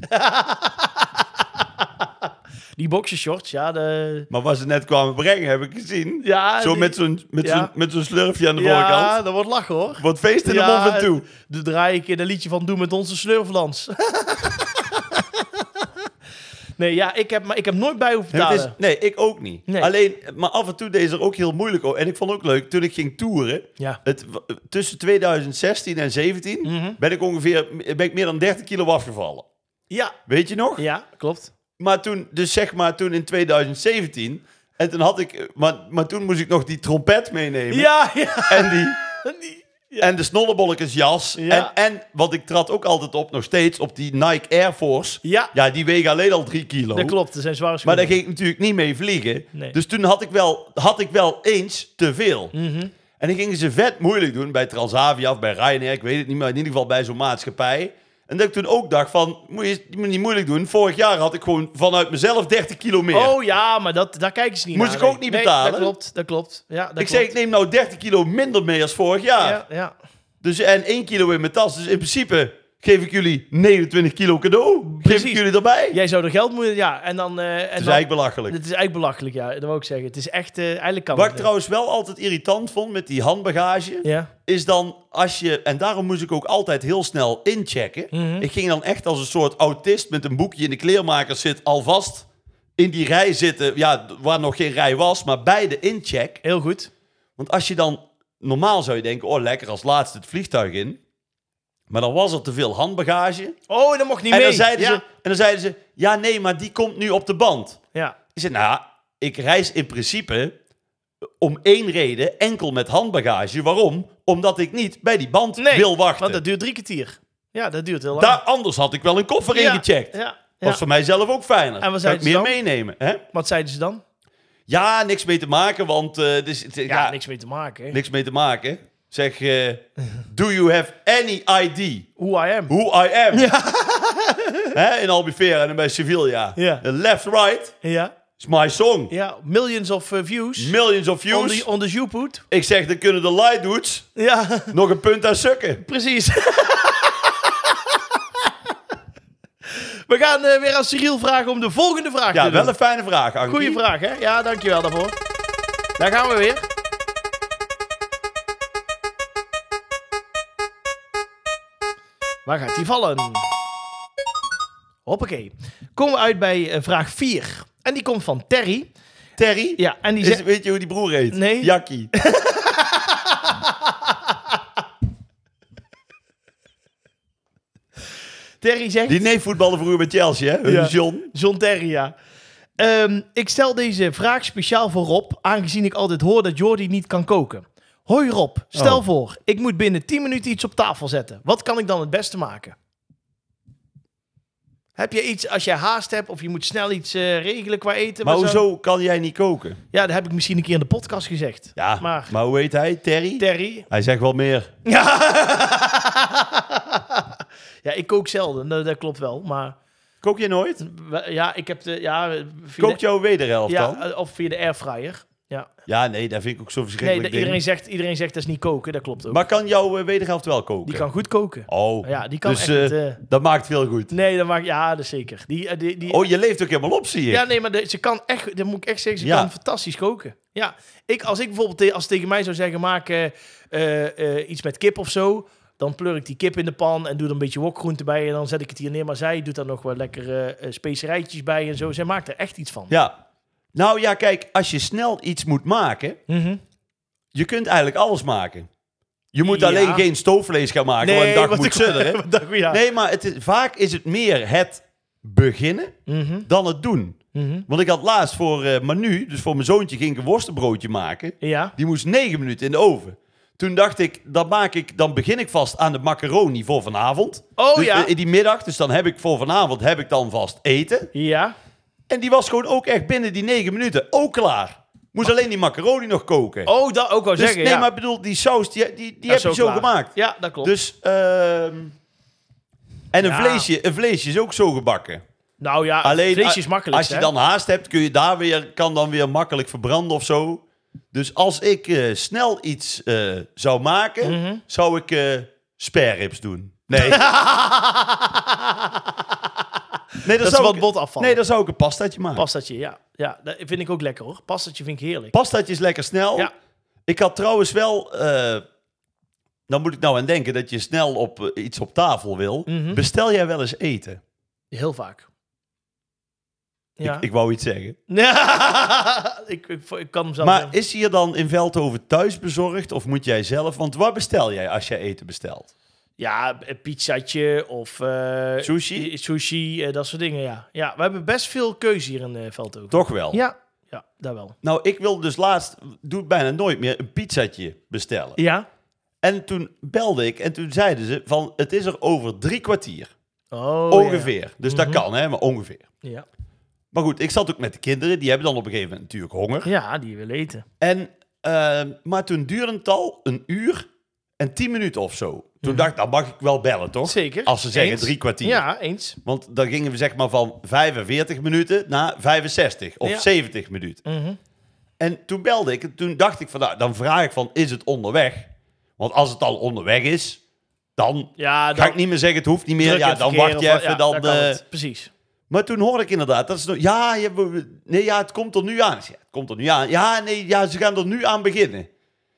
Speaker 1: Die boxershorts, ja. De...
Speaker 2: Maar wat ze net kwamen brengen, heb ik gezien.
Speaker 1: ja
Speaker 2: zo
Speaker 1: die-
Speaker 2: met zo'n met
Speaker 1: ja.
Speaker 2: zo'n- met zo'n slurfje aan de
Speaker 1: Ja,
Speaker 2: voorkant.
Speaker 1: dat wordt lachen hoor.
Speaker 2: Wordt feest in de
Speaker 1: Ja,
Speaker 2: mond en toe.
Speaker 1: Dan draai ik in een liedje van Doe met onze slurflans. nee, ja, ik heb, maar ik heb nooit bij hoeven
Speaker 2: En het
Speaker 1: betalen.
Speaker 2: is, nee, ik ook niet.
Speaker 1: Nee.
Speaker 2: Alleen, maar af en toe deed ze er ook heel moeilijk over. En ik vond ook leuk, toen ik ging toeren,
Speaker 1: Ja.
Speaker 2: het, w- tussen 2016 en 17
Speaker 1: Mhm.
Speaker 2: ben ik ongeveer ben ik meer dan 30 kilo afgevallen.
Speaker 1: Ja,
Speaker 2: Weet je nog?
Speaker 1: ja, klopt.
Speaker 2: Maar toen, dus zeg maar toen in 2017, en toen had ik, eh, maar, maar toen moest ik nog die trompet meenemen.
Speaker 1: Ja, ja.
Speaker 2: En die.
Speaker 1: Die-
Speaker 2: En de snollebolletjesjas.
Speaker 1: Ja.
Speaker 2: En, en wat ik trad ook altijd op, nog steeds, op die Nike Air Force.
Speaker 1: Ja.
Speaker 2: Ja, die wegen alleen al drie kilo.
Speaker 1: Dat klopt, er zijn zware
Speaker 2: Maar
Speaker 1: schoenen.
Speaker 2: daar ging ik natuurlijk niet mee vliegen.
Speaker 1: Nee.
Speaker 2: Dus toen had ik wel, had ik wel eens te veel.
Speaker 1: Mhm.
Speaker 2: En dan gingen ze vet moeilijk doen bij Transavia of bij Ryanair. Ik weet het niet, maar in ieder geval bij zo'n maatschappij. En dat ik toen ook dacht van, moet je je moet niet moeilijk doen. Vorig jaar had ik gewoon vanuit mezelf 30 kilo meer.
Speaker 1: Oh ja, maar dat, daar kijken ze niet
Speaker 2: Moest
Speaker 1: naar.
Speaker 2: ik ook niet betalen?
Speaker 1: Nee, dat klopt, dat klopt. Ja, dat
Speaker 2: ik zei, ik
Speaker 1: klopt.
Speaker 2: neem nou 30 kilo minder mee als vorig jaar.
Speaker 1: Ja, ja.
Speaker 2: Dus, en 1 kilo in mijn tas. Dus in principe geef ik jullie 29 kilo cadeau. Geef
Speaker 1: Precies.
Speaker 2: ik jullie erbij.
Speaker 1: Jij zou er geld moeten... Ja, en dan... eh en
Speaker 2: Dat is
Speaker 1: dan-
Speaker 2: eigenlijk belachelijk.
Speaker 1: Het is eigenlijk belachelijk, ja. Dat wil ik zeggen. Het is echt... eh eigenlijk kan
Speaker 2: Wat
Speaker 1: het niet.
Speaker 2: ik trouwens wel altijd irritant vond met die handbagage...
Speaker 1: Ja.
Speaker 2: is dan als je... En daarom moest ik ook altijd heel snel inchecken.
Speaker 1: Mhm.
Speaker 2: Ik ging dan echt als een soort autist met een boekje in de kleermaker zit... alvast in die rij zitten, ja, waar nog geen rij was... maar bij de incheck.
Speaker 1: Heel goed.
Speaker 2: Want als je dan... Normaal zou je denken, oh lekker, als laatste het vliegtuig in. Maar dan was er te veel handbagage.
Speaker 1: Oh, dat mocht niet
Speaker 2: En
Speaker 1: mee.
Speaker 2: dan, zeiden
Speaker 1: ja.
Speaker 2: ze, en dan zeiden ze, ja nee, maar die komt nu op de band.
Speaker 1: Ja.
Speaker 2: Ik zei, nou, ik reis in principe om één reden, enkel met handbagage. Waarom? Omdat ik niet bij die band
Speaker 1: Nee,
Speaker 2: wil wachten.
Speaker 1: want dat duurt drie kwartier. Ja, dat duurt heel lang.
Speaker 2: Daar, anders had ik wel een koffer
Speaker 1: Ja,
Speaker 2: ingecheckt.
Speaker 1: Ja, ja.
Speaker 2: Was voor mij zelf ook fijner.
Speaker 1: En wat
Speaker 2: Kan ik meer
Speaker 1: zeiden ze
Speaker 2: meenemen. Hè?
Speaker 1: Wat zeiden ze dan?
Speaker 2: Ja, niks mee te maken, want... eh, dus, het-
Speaker 1: Ja,
Speaker 2: ja, niks.
Speaker 1: niks mee te maken. hè.
Speaker 2: mee te maken. Zeg, eh, do you have any ID?
Speaker 1: Who I am.
Speaker 2: Who I am? Hè, in Albufeira en bij Sevilla.
Speaker 1: Ja.
Speaker 2: Left, right.
Speaker 1: Ja.
Speaker 2: It's my song.
Speaker 1: ja, millions of eh, views.
Speaker 2: Millions of
Speaker 1: on
Speaker 2: views.
Speaker 1: the, on the Zoopoot.
Speaker 2: Ik zeg, dan kunnen de light dudes
Speaker 1: Ja,
Speaker 2: nog een punt aan sukken.
Speaker 1: precies. We gaan eh, weer aan Cyril vragen om de volgende vraag te
Speaker 2: Ja,
Speaker 1: doen.
Speaker 2: wel een fijne vraag, Ankie.
Speaker 1: Goeie vraag, hè? Ja, dankjewel daarvoor. Daar gaan we weer. Waar gaat die vallen? Hoppakee. Komen we uit bij eh, vraag 4. En die komt van Terry.
Speaker 2: Terry?
Speaker 1: Ja, en die
Speaker 2: Is,
Speaker 1: zegt...
Speaker 2: weet je hoe die broer heet?
Speaker 1: Nee.
Speaker 2: Jackie.
Speaker 1: Terry zegt...
Speaker 2: Die neef voetbalde vroeger bij Chelsea, hè?
Speaker 1: Ja.
Speaker 2: John.
Speaker 1: John Terry, ja. Ehm, ik stel deze vraag speciaal voor Rob, aangezien ik altijd hoor dat Jordi niet kan koken. Hoi Rob, stel
Speaker 2: Oh.
Speaker 1: voor, ik moet binnen 10 minuten iets op tafel zetten. Wat kan ik dan het beste maken? Heb je iets, als jij haast hebt of je moet snel iets eh, regelen qua eten?
Speaker 2: Maar
Speaker 1: wat zo-
Speaker 2: hoezo kan jij niet koken?
Speaker 1: Ja, dat heb ik misschien een keer in de podcast gezegd.
Speaker 2: Ja, maar,
Speaker 1: Maar-
Speaker 2: hoe heet hij? Terry?
Speaker 1: Terry?
Speaker 2: Hij zegt wel meer.
Speaker 1: Ja, ik kook zelden, dat, dat klopt wel. Maar
Speaker 2: Kook je nooit?
Speaker 1: we- ja, ik heb de... Ja, eh, via
Speaker 2: Kookt
Speaker 1: de,
Speaker 2: jouw wederhelft dan?
Speaker 1: ja, eh, of via de airfryer. Ja.
Speaker 2: Ja, nee, dat vind ik ook zo
Speaker 1: Nee,
Speaker 2: verschrikkelijk
Speaker 1: dat-
Speaker 2: ding.
Speaker 1: iedereen zegt, iedereen zegt dat is niet koken, dat klopt ook.
Speaker 2: Maar kan jouw eh, wederhelft wel koken?
Speaker 1: die kan goed koken.
Speaker 2: Oh,
Speaker 1: Ja, die kan
Speaker 2: dus
Speaker 1: echt,
Speaker 2: eh,
Speaker 1: eh,
Speaker 2: dat maakt veel goed.
Speaker 1: Nee, dat maakt... Ja, dat is zeker. Die, eh, die, die,
Speaker 2: Oh, je leeft ook helemaal op, zie je.
Speaker 1: ja, nee, maar de- ze kan echt... Dat moet ik echt zeggen, ze
Speaker 2: Ja.
Speaker 1: kan fantastisch koken. Ja. Ik, als ik bijvoorbeeld... te- als ze tegen mij zou zeggen, maak eh, eh, eh, iets met kip of zo... Dan pleur ik die kip in de pan en doe er een beetje wokgroente bij. En dan zet ik het hier neer. Maar zij doet daar nog wel lekkere eh, specerijtjes bij en zo. Zij maakt er echt iets van.
Speaker 2: Ja. Nou ja, kijk, als je snel iets moet maken,
Speaker 1: Mhm.
Speaker 2: je kunt eigenlijk alles maken. Je moet
Speaker 1: Ja.
Speaker 2: alleen geen stoofvlees gaan maken, want een dag
Speaker 1: want
Speaker 2: moet
Speaker 1: ik-
Speaker 2: sudderen.
Speaker 1: want ik- ja.
Speaker 2: Nee, maar het is, vaak is het meer het beginnen
Speaker 1: Mhm,
Speaker 2: dan het doen.
Speaker 1: mhm.
Speaker 2: Want ik had laatst voor eh, Manu, dus voor mijn zoontje, ging ik een worstenbroodje maken.
Speaker 1: Ja.
Speaker 2: Die moest negen minuten in de oven. Toen dacht ik, dan, maak ik, dan begin ik vast aan de macaroni voor vanavond.
Speaker 1: Oh,
Speaker 2: Dus,
Speaker 1: ja.
Speaker 2: eh, In die middag, dus dan heb ik voor vanavond heb ik dan vast eten.
Speaker 1: Ja.
Speaker 2: En die was gewoon ook echt binnen die negen minuten ook klaar. Moest alleen die macaroni nog koken.
Speaker 1: Oh, dat ook wel
Speaker 2: dus
Speaker 1: zeggen,
Speaker 2: nee,
Speaker 1: ja.
Speaker 2: maar ik bedoel, die saus, die, die,
Speaker 1: Dat
Speaker 2: die heb
Speaker 1: is
Speaker 2: je
Speaker 1: ook
Speaker 2: zo
Speaker 1: klaar.
Speaker 2: gemaakt.
Speaker 1: Ja, dat klopt.
Speaker 2: Dus, ehm, en een,
Speaker 1: Ja.
Speaker 2: vleesje, een vleesje is ook zo gebakken.
Speaker 1: nou ja,
Speaker 2: Alleen,
Speaker 1: vlees
Speaker 2: a-
Speaker 1: is makkelijk.
Speaker 2: Als je dan haast hebt, kun je daar weer, kan dan weer makkelijk verbranden of zo. Dus als ik eh, snel iets eh, zou maken,
Speaker 1: Mhm.
Speaker 2: zou ik eh spareribs doen. Nee. Nee,
Speaker 1: Dat is wat bot afval.
Speaker 2: Nee, daar zou ik een pastaatje maken.
Speaker 1: Pastatje, ja. Ja, dat vind ik ook lekker hoor. Pastatje vind ik heerlijk.
Speaker 2: Pastaatje is lekker snel.
Speaker 1: Ja.
Speaker 2: Ik had trouwens wel... eh dan moet ik nou aan denken dat je snel op, eh, iets op tafel wil.
Speaker 1: Mhm.
Speaker 2: Bestel jij wel eens eten?
Speaker 1: Heel vaak. Ja.
Speaker 2: Ik, ik wou iets zeggen.
Speaker 1: ik, ik, ik kan hem zelf
Speaker 2: maar
Speaker 1: hebben.
Speaker 2: is hier dan in Veldhoven thuis bezorgd of moet jij zelf? Want wat bestel jij als jij eten bestelt?
Speaker 1: Ja, een pizzatje of... eh,
Speaker 2: Sushi?
Speaker 1: eh, Sushi, eh, dat soort dingen, ja. Ja, we hebben best veel keuze hier in eh, Veldhoven.
Speaker 2: Toch wel?
Speaker 1: Ja. Ja, daar wel.
Speaker 2: Nou, ik wil dus laatst, doe het bijna nooit meer, een pizzatje bestellen.
Speaker 1: Ja?
Speaker 2: En toen belde ik en toen zeiden ze van, het is er over drie kwartier.
Speaker 1: Oh,
Speaker 2: ongeveer. Dus dat kan, hè, maar ongeveer.
Speaker 1: Ja. Ja.
Speaker 2: Maar goed, ik zat ook met de kinderen. Die hebben dan op een gegeven moment natuurlijk honger.
Speaker 1: Ja, die wil eten.
Speaker 2: En, eh, maar toen duurde het al een uur en tien minuten of zo. Toen dacht ik, dan mag ik wel bellen, toch?
Speaker 1: Zeker.
Speaker 2: Als ze zeggen
Speaker 1: Eens.
Speaker 2: drie kwartier.
Speaker 1: Mhm. Ja, eens.
Speaker 2: Want dan gingen we zeg maar van 45 minuten naar 65 of
Speaker 1: Ja.
Speaker 2: 70 minuten.
Speaker 1: Mhm.
Speaker 2: En toen belde ik en toen dacht ik van, nou, dan vraag ik van, is het onderweg? Want als het al onderweg is, dan
Speaker 1: Ja,
Speaker 2: ga ik niet meer zeggen, het hoeft niet meer.
Speaker 1: druk in
Speaker 2: Ja,
Speaker 1: het
Speaker 2: dan
Speaker 1: verkeer
Speaker 2: wacht
Speaker 1: of
Speaker 2: je
Speaker 1: wat-
Speaker 2: even.
Speaker 1: ja,
Speaker 2: dan,
Speaker 1: daar kan
Speaker 2: eh,
Speaker 1: het. Precies.
Speaker 2: maar toen hoorde ik inderdaad, dat is nog, ja, je, we- we- nee, ja, het komt er nu aan. Ik zeg, Het komt er nu aan. Ja, nee, ja, ze gaan er nu aan beginnen.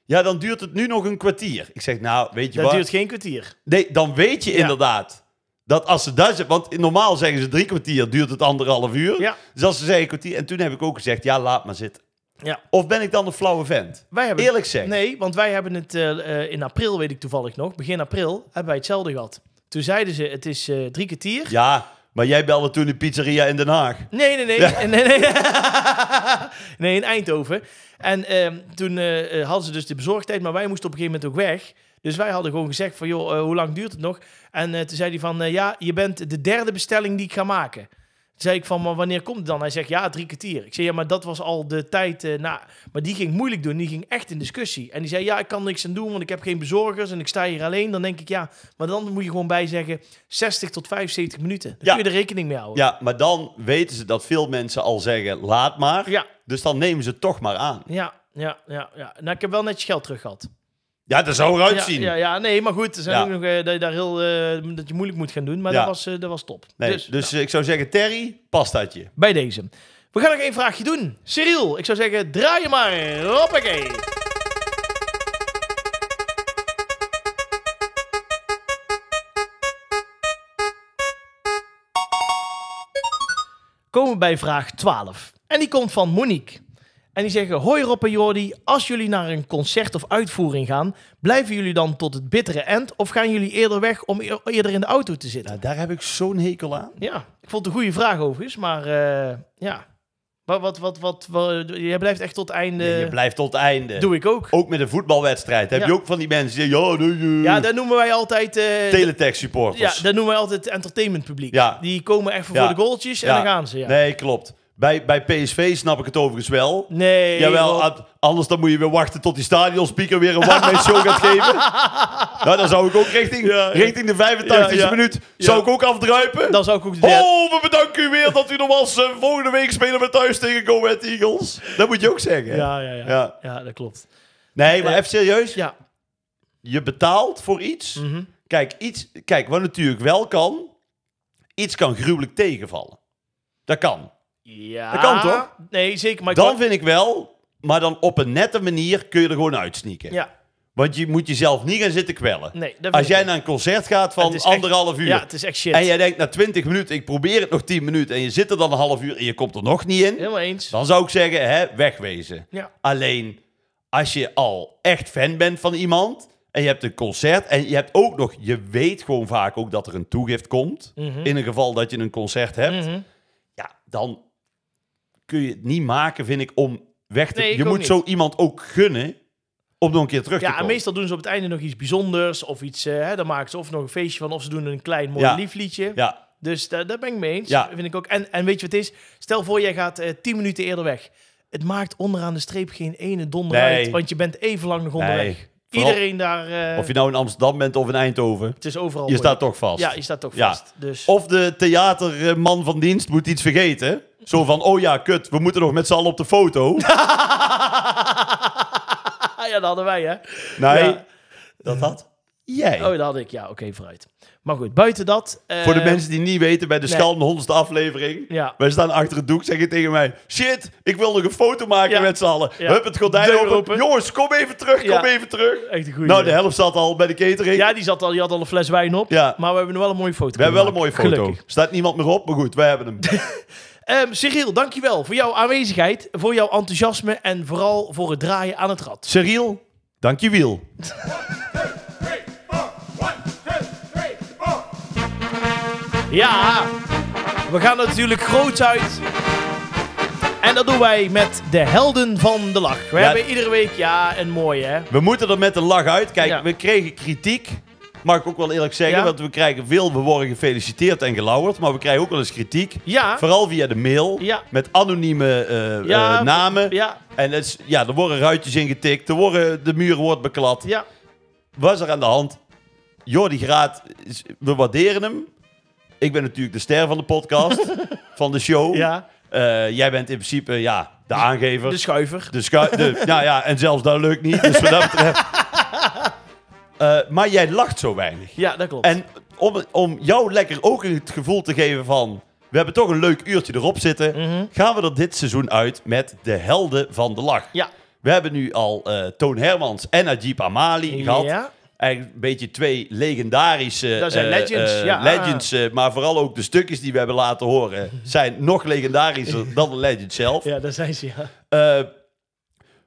Speaker 2: Ja, dan duurt het nu nog een kwartier. Ik zeg, nou, weet je
Speaker 1: Dat
Speaker 2: wat?
Speaker 1: duurt geen kwartier.
Speaker 2: Nee, dan weet je inderdaad dat als ze dat zeggen, want normaal zeggen ze drie kwartier, duurt het anderhalf uur.
Speaker 1: Ja.
Speaker 2: Dus als ze zeggen kwartier, en toen heb ik ook gezegd, ja, laat maar zitten.
Speaker 1: Ja.
Speaker 2: Of ben ik dan een flauwe vent?
Speaker 1: Wij hebben
Speaker 2: Eerlijk zeggen.
Speaker 1: Nee, want wij hebben het eh, eh, in april, weet ik toevallig nog, begin april, hebben wij hetzelfde gehad. Toen zeiden ze, het is eh, drie kwartier.
Speaker 2: Ja, maar jij belde toen de pizzeria in Den Haag.
Speaker 1: Nee, nee, nee. nee, nee. nee, in Eindhoven. En ehm, toen eh, eh, hadden ze dus de bezorgdheid, maar wij moesten op een gegeven moment ook weg. Dus wij hadden gewoon gezegd van, joh, eh, hoe lang duurt het nog? En eh, toen zei hij van, eh, ja, je bent de derde bestelling die ik ga maken. Toen zei ik van, maar wanneer komt het dan? Hij zegt, ja, drie kwartier. Ik zei, ja, maar dat was al de tijd eh, na. Maar die ging moeilijk doen, die ging echt in discussie. En die zei, ja, ik kan niks aan doen, want ik heb geen bezorgers en ik sta hier alleen. Dan denk ik, ja, maar dan moet je gewoon bij zeggen 60 tot 75 minuten. Daar
Speaker 2: Ja.
Speaker 1: kun je er rekening mee houden.
Speaker 2: Ja, maar dan weten ze dat veel mensen al zeggen, laat maar.
Speaker 1: ja.
Speaker 2: Dus dan nemen ze het toch maar aan.
Speaker 1: Ja, ja, ja, ja. Nou, ik heb wel netjes geld terug gehad.
Speaker 2: Ja, dat zou eruit zien.
Speaker 1: Ja, ja, ja, nee, maar goed. Er zijn
Speaker 2: Ja.
Speaker 1: ook nog eh, dat je daar heel eh, dat je moeilijk moet gaan doen, maar
Speaker 2: Ja.
Speaker 1: dat, was, eh, dat was top.
Speaker 2: Nee,
Speaker 1: dus
Speaker 2: dus eh, ik zou zeggen, Terry, pastaatje.
Speaker 1: bij deze. We gaan nog één vraagje doen. Cyril, ik zou zeggen, draai je maar. Hoppakee. Komen we bij vraag 12. En die komt van Monique. En die zeggen, hoi Rob en Jordi, als jullie naar een concert of uitvoering gaan, blijven jullie dan tot het bittere eind of gaan jullie eerder weg om eer- eerder in de auto te zitten?
Speaker 2: Nou, daar heb ik zo'n hekel aan.
Speaker 1: Ja, ik vond het een goede vraag overigens, maar eh, ja. Wat, wat, wat, wat, wat- jij blijft echt tot het einde.
Speaker 2: Je blijft Oh, tot het einde.
Speaker 1: Eh. Doe ik ook.
Speaker 2: Ook met een voetbalwedstrijd. Heb
Speaker 1: Ja.
Speaker 2: je ook van die mensen die zeggen, ja, nee, eh,
Speaker 1: Ja, dat noemen wij altijd. eh,
Speaker 2: teletext supporters.
Speaker 1: ja, dat noemen wij altijd entertainment publiek.
Speaker 2: Ja.
Speaker 1: Die komen echt voor,
Speaker 2: Ja.
Speaker 1: voor de goaltjes en
Speaker 2: Ja.
Speaker 1: dan gaan ze. Ja.
Speaker 2: Nee, klopt. Bij, bij PSV snap ik het overigens wel.
Speaker 1: Nee,
Speaker 2: Jawel, ah,
Speaker 1: Rob.
Speaker 2: ad- anders dan moet je weer wachten tot die stadionspeaker weer een one-man show gaat geven. Nou, dan zou ik ook richting, richting de 85e
Speaker 1: Ja, ja.
Speaker 2: minuut zou ik ook afdruipen.
Speaker 1: Dan zou ik ook de derde-
Speaker 2: Oh, we bedanken u weer dat u nog was. Eh, volgende week spelen we thuis tegen Go Ahead Eagles. Dat moet je ook zeggen.
Speaker 1: Ja, ja, ja, ja.
Speaker 2: Ja.
Speaker 1: dat klopt.
Speaker 2: Nee, maar even serieus.
Speaker 1: Ja.
Speaker 2: Je betaalt voor iets.
Speaker 1: Mhm.
Speaker 2: Kijk, iets. Kijk, wat natuurlijk wel kan. Iets kan gruwelijk tegenvallen. Dat kan.
Speaker 1: ja.
Speaker 2: Dat kan toch?
Speaker 1: Nee, zeker. Maar ik
Speaker 2: Dan
Speaker 1: wou-
Speaker 2: vind ik wel. Maar dan op een nette manier kun je er gewoon uitsneaken.
Speaker 1: Ja,
Speaker 2: Want je moet jezelf niet gaan zitten kwellen.
Speaker 1: nee. dat vind
Speaker 2: Als jij
Speaker 1: ik-
Speaker 2: naar een concert gaat
Speaker 1: het
Speaker 2: van
Speaker 1: is echt-
Speaker 2: anderhalf uur.
Speaker 1: Ja, het is echt shit.
Speaker 2: en jij denkt na 20 minuten, ik probeer het nog 10 minuten. En je zit er dan een half uur en je komt er nog niet in.
Speaker 1: Helemaal eens.
Speaker 2: Dan zou ik zeggen, hè, wegwezen.
Speaker 1: Ja.
Speaker 2: Alleen, als je al echt fan bent van iemand... en je hebt een concert en je hebt ook nog... je weet gewoon vaak ook dat er een toegift komt... in het geval dat je een concert hebt.
Speaker 1: Mhm.
Speaker 2: Ja, dan kun je het niet maken, vind ik, om weg te...
Speaker 1: Nee, ik
Speaker 2: je
Speaker 1: ook
Speaker 2: moet
Speaker 1: niet.
Speaker 2: zo iemand ook gunnen om nog een keer terug te
Speaker 1: Ja, en
Speaker 2: komen.
Speaker 1: meestal doen ze op het einde nog iets bijzonders of iets. eh, hè, dan maken ze of nog een feestje van of ze doen een klein mooi
Speaker 2: Ja.
Speaker 1: lief liedje.
Speaker 2: Ja,
Speaker 1: Dus daar, daar ben ik mee eens.
Speaker 2: Ja.
Speaker 1: Vind ik ook. En, en weet je wat het is? Stel voor, jij gaat eh 10 minuten eerder weg. Het maakt onderaan de streep geen ene donder
Speaker 2: Nee.
Speaker 1: uit, want je bent even lang nog
Speaker 2: Nee.
Speaker 1: onderweg.
Speaker 2: Vooral-
Speaker 1: Iedereen daar... eh,
Speaker 2: of je nou in Amsterdam bent of in Eindhoven...
Speaker 1: het is overal...
Speaker 2: Je staat
Speaker 1: moeilijk.
Speaker 2: toch vast.
Speaker 1: Ja, je staat toch
Speaker 2: Ja.
Speaker 1: vast. Dus,
Speaker 2: Of de theaterman van dienst moet iets vergeten. Zo van, oh ja, kut, we moeten nog met z'n allen op de foto.
Speaker 1: ah, ja, dat hadden wij, hè?
Speaker 2: Nee,
Speaker 1: Ja.
Speaker 2: dat had. Jij.
Speaker 1: Oh, dat had ik. Ja, oké, vooruit. Maar goed, buiten dat... eh,
Speaker 2: Voor de mensen die niet weten, bij de
Speaker 1: nee.
Speaker 2: schalende honderdste aflevering.
Speaker 1: Ja.
Speaker 2: Wij staan achter het doek, zeg je tegen mij... Shit, ik wil nog een foto maken
Speaker 1: Ja.
Speaker 2: met z'n allen.
Speaker 1: Ja.
Speaker 2: Hup, het gordijn
Speaker 1: Deur
Speaker 2: open.
Speaker 1: open.
Speaker 2: Jongens, kom even terug,
Speaker 1: Ja.
Speaker 2: kom even terug.
Speaker 1: Echt een goede.
Speaker 2: Nou, de helft zat al bij de catering.
Speaker 1: Ja, die, zat al, die had al een fles wijn op.
Speaker 2: Ja.
Speaker 1: Maar we hebben nog wel een mooie foto
Speaker 2: we hebben wel een mooie
Speaker 1: kunnen
Speaker 2: foto.
Speaker 1: maken. Gelukkig.
Speaker 2: Staat niemand meer op, maar goed, wij hebben hem.
Speaker 1: Ehm Cyril, dankjewel voor jouw aanwezigheid, voor jouw enthousiasme en vooral voor het draaien aan het rad.
Speaker 2: Cyril, dank je wiel.
Speaker 1: Ja, we gaan natuurlijk groots uit. En dat doen wij met de helden van de lach. We
Speaker 2: Ja.
Speaker 1: hebben iedere week, ja, een mooie hè.
Speaker 2: We moeten er met een lach uit. Kijk,
Speaker 1: Ja.
Speaker 2: we kregen kritiek. Mag ik ook wel eerlijk zeggen,
Speaker 1: Ja.
Speaker 2: want we krijgen veel, we worden gefeliciteerd en gelauwerd, maar we krijgen ook wel eens kritiek.
Speaker 1: Ja,
Speaker 2: Vooral via de mail,
Speaker 1: Ah. Ja.
Speaker 2: met anonieme eh,
Speaker 1: Ja,
Speaker 2: eh, namen.
Speaker 1: ja,
Speaker 2: En het is- ja, er worden ruitjes ingetikt, er worden, de muur wordt beklad.
Speaker 1: ja.
Speaker 2: Wat is er aan de hand? Jordi Graat, is- we waarderen hem. Ik ben natuurlijk de ster van de podcast, van de show.
Speaker 1: ja.
Speaker 2: Eh, jij bent in principe ja, de aangever.
Speaker 1: De schuiver.
Speaker 2: De schu- de, nou ja, en zelfs dat lukt niet. Dus wat dat betreft. Eh, maar jij lacht zo weinig.
Speaker 1: Ja, dat klopt.
Speaker 2: En om, om jou lekker ook het gevoel te geven van. We hebben toch een leuk uurtje erop zitten.
Speaker 1: Mhm.
Speaker 2: Gaan we er dit seizoen uit met de helden van de lach.
Speaker 1: ja.
Speaker 2: We hebben nu al eh, Toon Hermans en Najib Amali gehad.
Speaker 1: Ja.
Speaker 2: Eigenlijk een beetje twee legendarische
Speaker 1: Dat zijn
Speaker 2: eh,
Speaker 1: legends,
Speaker 2: eh,
Speaker 1: ja.
Speaker 2: legends, eh, maar vooral ook de stukjes die we hebben laten horen zijn nog legendarischer dan de legend zelf.
Speaker 1: ja, daar zijn ze, ja.
Speaker 2: Eh,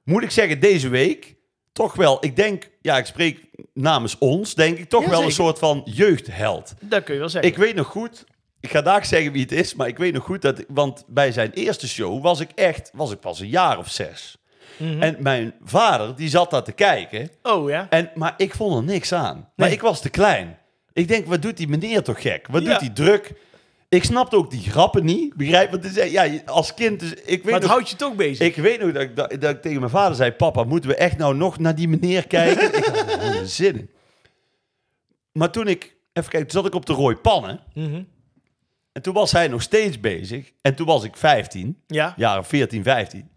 Speaker 2: moet ik zeggen, deze week toch wel, ik denk, ja, ik spreek namens ons, denk ik, toch wel een
Speaker 1: Jazeker.
Speaker 2: soort van jeugdheld.
Speaker 1: Dat kun je wel zeggen.
Speaker 2: Ik weet nog goed, ik ga daar zeggen wie het is, maar ik weet nog goed dat, want bij zijn eerste show was ik echt, was ik pas een jaar of zes.
Speaker 1: Mhm.
Speaker 2: En mijn vader, die zat daar te kijken,
Speaker 1: Oh ja.
Speaker 2: en, maar ik vond er niks aan. Maar
Speaker 1: Nee.
Speaker 2: ik was te klein. Ik denk, wat doet die meneer toch gek? Wat
Speaker 1: Ja.
Speaker 2: doet die druk? Ik snapte ook die grappen niet, begrijp? Want het is- ja, je- als kind, dus, ik weet
Speaker 1: Maar het
Speaker 2: nog-
Speaker 1: houdt je toch bezig.
Speaker 2: ik weet nog dat ik, dat, dat ik tegen mijn vader zei: Papa, moeten we echt nou nog naar die meneer kijken? ik had er gewoon zin in. Maar toen ik, even kijken, toen zat ik op de rooi pannen.
Speaker 1: Mhm.
Speaker 2: En toen was hij nog steeds bezig. En toen was ik 15,
Speaker 1: Ja.
Speaker 2: jaren 14, 15.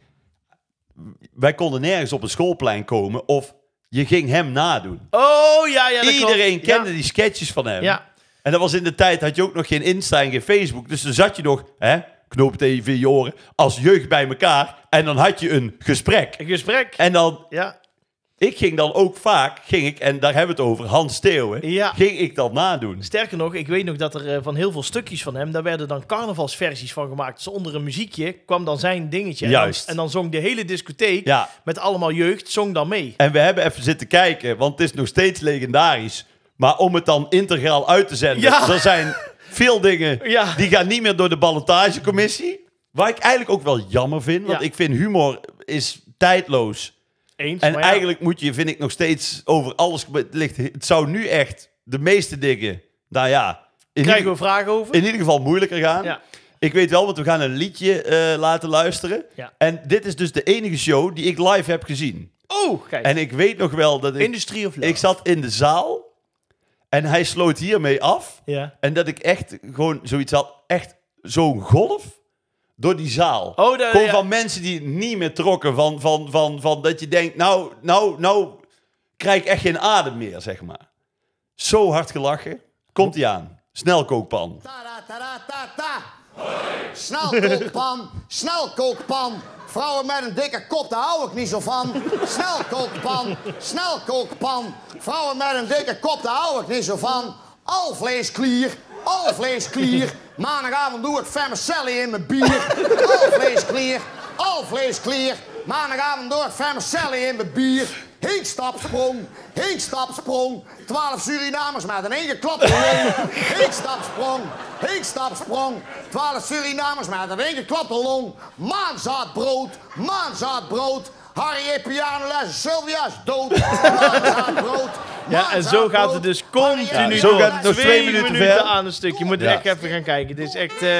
Speaker 2: Wij konden nergens op een schoolplein komen of je ging hem nadoen.
Speaker 1: Oh ja, ja, dat klopt.
Speaker 2: Iedereen
Speaker 1: Ja.
Speaker 2: kende die sketches van hem.
Speaker 1: Ja.
Speaker 2: En dat was in de tijd, had je ook nog geen Insta en geen Facebook. Dus dan zat je nog, hè, knoop het even in je oren, als jeugd bij elkaar. En dan had je een gesprek.
Speaker 1: Een gesprek.
Speaker 2: En dan,
Speaker 1: Ja.
Speaker 2: ik ging dan ook vaak, ging ik, en daar hebben we het over, Hans Steeuwen,
Speaker 1: Ja.
Speaker 2: ging ik dat nadoen.
Speaker 1: Sterker nog, ik weet nog dat er eh, van heel veel stukjes van hem, daar werden dan carnavalsversies van gemaakt. Dus onder een muziekje kwam dan zijn dingetje. En dan-
Speaker 2: Juist.
Speaker 1: En dan, zong de hele discotheek
Speaker 2: Ja.
Speaker 1: met allemaal jeugd, zong dan mee.
Speaker 2: En we hebben even zitten kijken, want het is nog steeds legendarisch. Maar om het dan integraal uit te zenden,
Speaker 1: Ja.
Speaker 2: er zijn veel dingen
Speaker 1: Ja.
Speaker 2: die gaan niet meer door de ballotagecommissie. Waar ik eigenlijk ook wel jammer vind, want
Speaker 1: Ja.
Speaker 2: ik vind humor is tijdloos.
Speaker 1: Eens,
Speaker 2: En
Speaker 1: maar ja.
Speaker 2: eigenlijk moet je, vind ik, nog steeds over alles... Het, ligt, het zou nu echt de meeste dingen, nou ja... In
Speaker 1: krijgen
Speaker 2: ieder-
Speaker 1: we vragen over.
Speaker 2: in ieder geval moeilijker gaan.
Speaker 1: Ja.
Speaker 2: Ik weet wel, want we gaan een liedje eh, laten luisteren.
Speaker 1: Ja.
Speaker 2: En dit is dus de enige show die ik live heb gezien.
Speaker 1: Oh, kijk.
Speaker 2: En ik weet nog wel dat ik...
Speaker 1: Industrie of Love.
Speaker 2: ik zat in de zaal en hij sloot hiermee af.
Speaker 1: Ja.
Speaker 2: En dat ik echt gewoon zoiets had, echt zo'n golf door die zaal.
Speaker 1: Oh, de-
Speaker 2: gewoon
Speaker 1: ja.
Speaker 2: van mensen die het niet meer trokken. Van, van, van, van dat je denkt, nou, nou, nou krijg ik echt geen adem meer, zeg maar. Zo hard gelachen. Komt ie aan. Snelkookpan.
Speaker 5: Ta-ra-ta-ra-ta-ta. Snelkookpan, snelkookpan. Vrouwen met een dikke kop, daar hou ik niet zo van. Snelkookpan, snelkookpan. Vrouwen met een dikke kop, daar hou ik niet zo van. Alvleesklier, alvleesklier. Maandagavond doe ik vermicelli in mijn bier. Alvleesklier, alvleesklier. Maandagavond doe ik vermicelli in mijn bier. Heen stapsprong, heen stapsprong. Twaalf Surinamers met in één geklapte long. Heen stapsprong, heen stapsprong. Twaalf Surinamers met in één geklapte long. Maanzaadbrood, maanzaadbrood. Harry heeft pianoles, Sylvia is dood. Maanzaadbrood,
Speaker 1: ja, en zo gaat het dus continu
Speaker 2: Ja, zo
Speaker 1: door.
Speaker 2: gaat het nog twee minuten ver.
Speaker 1: aan een stuk. Je moet
Speaker 2: Ja.
Speaker 1: echt even gaan kijken. Dit is echt, eh,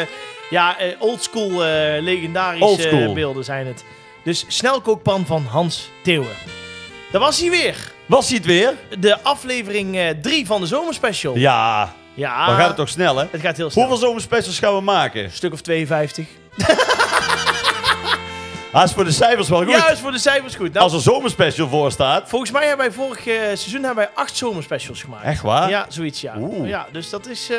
Speaker 1: ja, eh, oldschool eh, legendarische
Speaker 2: Oldschool.
Speaker 1: eh, beelden zijn het. Dus snelkookpan van Hans Theeuwen. Daar was hij weer.
Speaker 2: Was hij het weer?
Speaker 1: De aflevering 3 van de zomerspecial.
Speaker 2: Ja,
Speaker 1: Ja,
Speaker 2: dan gaat het toch snel, hè?
Speaker 1: het gaat heel snel.
Speaker 2: Hoeveel zomerspecials gaan we maken?
Speaker 1: Een stuk of 52.
Speaker 2: Hij is voor de cijfers wel goed.
Speaker 1: Juist voor de cijfers goed. Nou,
Speaker 2: Als er zomerspecial voor staat.
Speaker 1: Volgens mij hebben wij vorig eh, seizoen hebben wij acht zomerspecials gemaakt.
Speaker 2: Echt waar?
Speaker 1: Ja, zoiets ja.
Speaker 2: Oeh.
Speaker 1: Ja, dus dat is eh,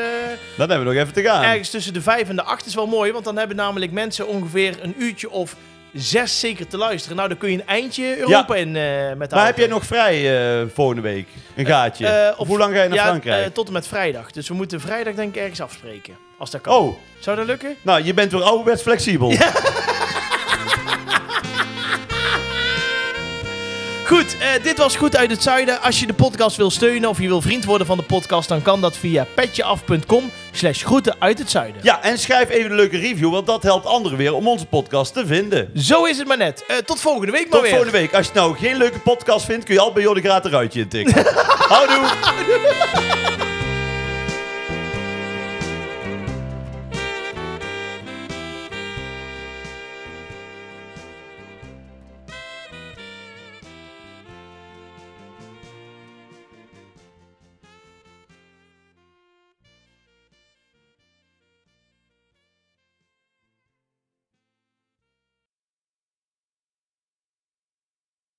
Speaker 2: Dan hebben we nog even te gaan.
Speaker 1: ergens tussen de vijf en de acht is wel mooi. Want dan hebben namelijk mensen ongeveer een uurtje of zes zeker te luisteren. Nou, dan kun je een eindje Europa in eh, met de auto.
Speaker 2: Maar heb jij nog vrij eh, volgende week? Een gaatje?
Speaker 1: Eh,
Speaker 2: of hoe lang ga je naar
Speaker 1: ja,
Speaker 2: Frankrijk?
Speaker 1: eh, tot en met vrijdag. Dus we moeten vrijdag denk ik ergens afspreken. Als dat kan.
Speaker 2: oh,
Speaker 1: Zou dat lukken?
Speaker 2: nou, je bent weer ouderwets flexibel.
Speaker 1: Goed, eh, dit was Goed uit het Zuiden. Als je de podcast wil steunen of je wil vriend worden van de podcast... dan kan dat via petjeaf.com slash groeten uit het Zuiden.
Speaker 2: Ja, en schrijf even een leuke review, want dat helpt anderen weer om onze podcast te vinden.
Speaker 1: Zo is het maar net. Eh, tot volgende week maar
Speaker 2: Tot
Speaker 1: weer.
Speaker 2: volgende week. Als je nou geen leuke podcast vindt, kun je al bij Jordi Graat een ruitje intikken. Houdoe!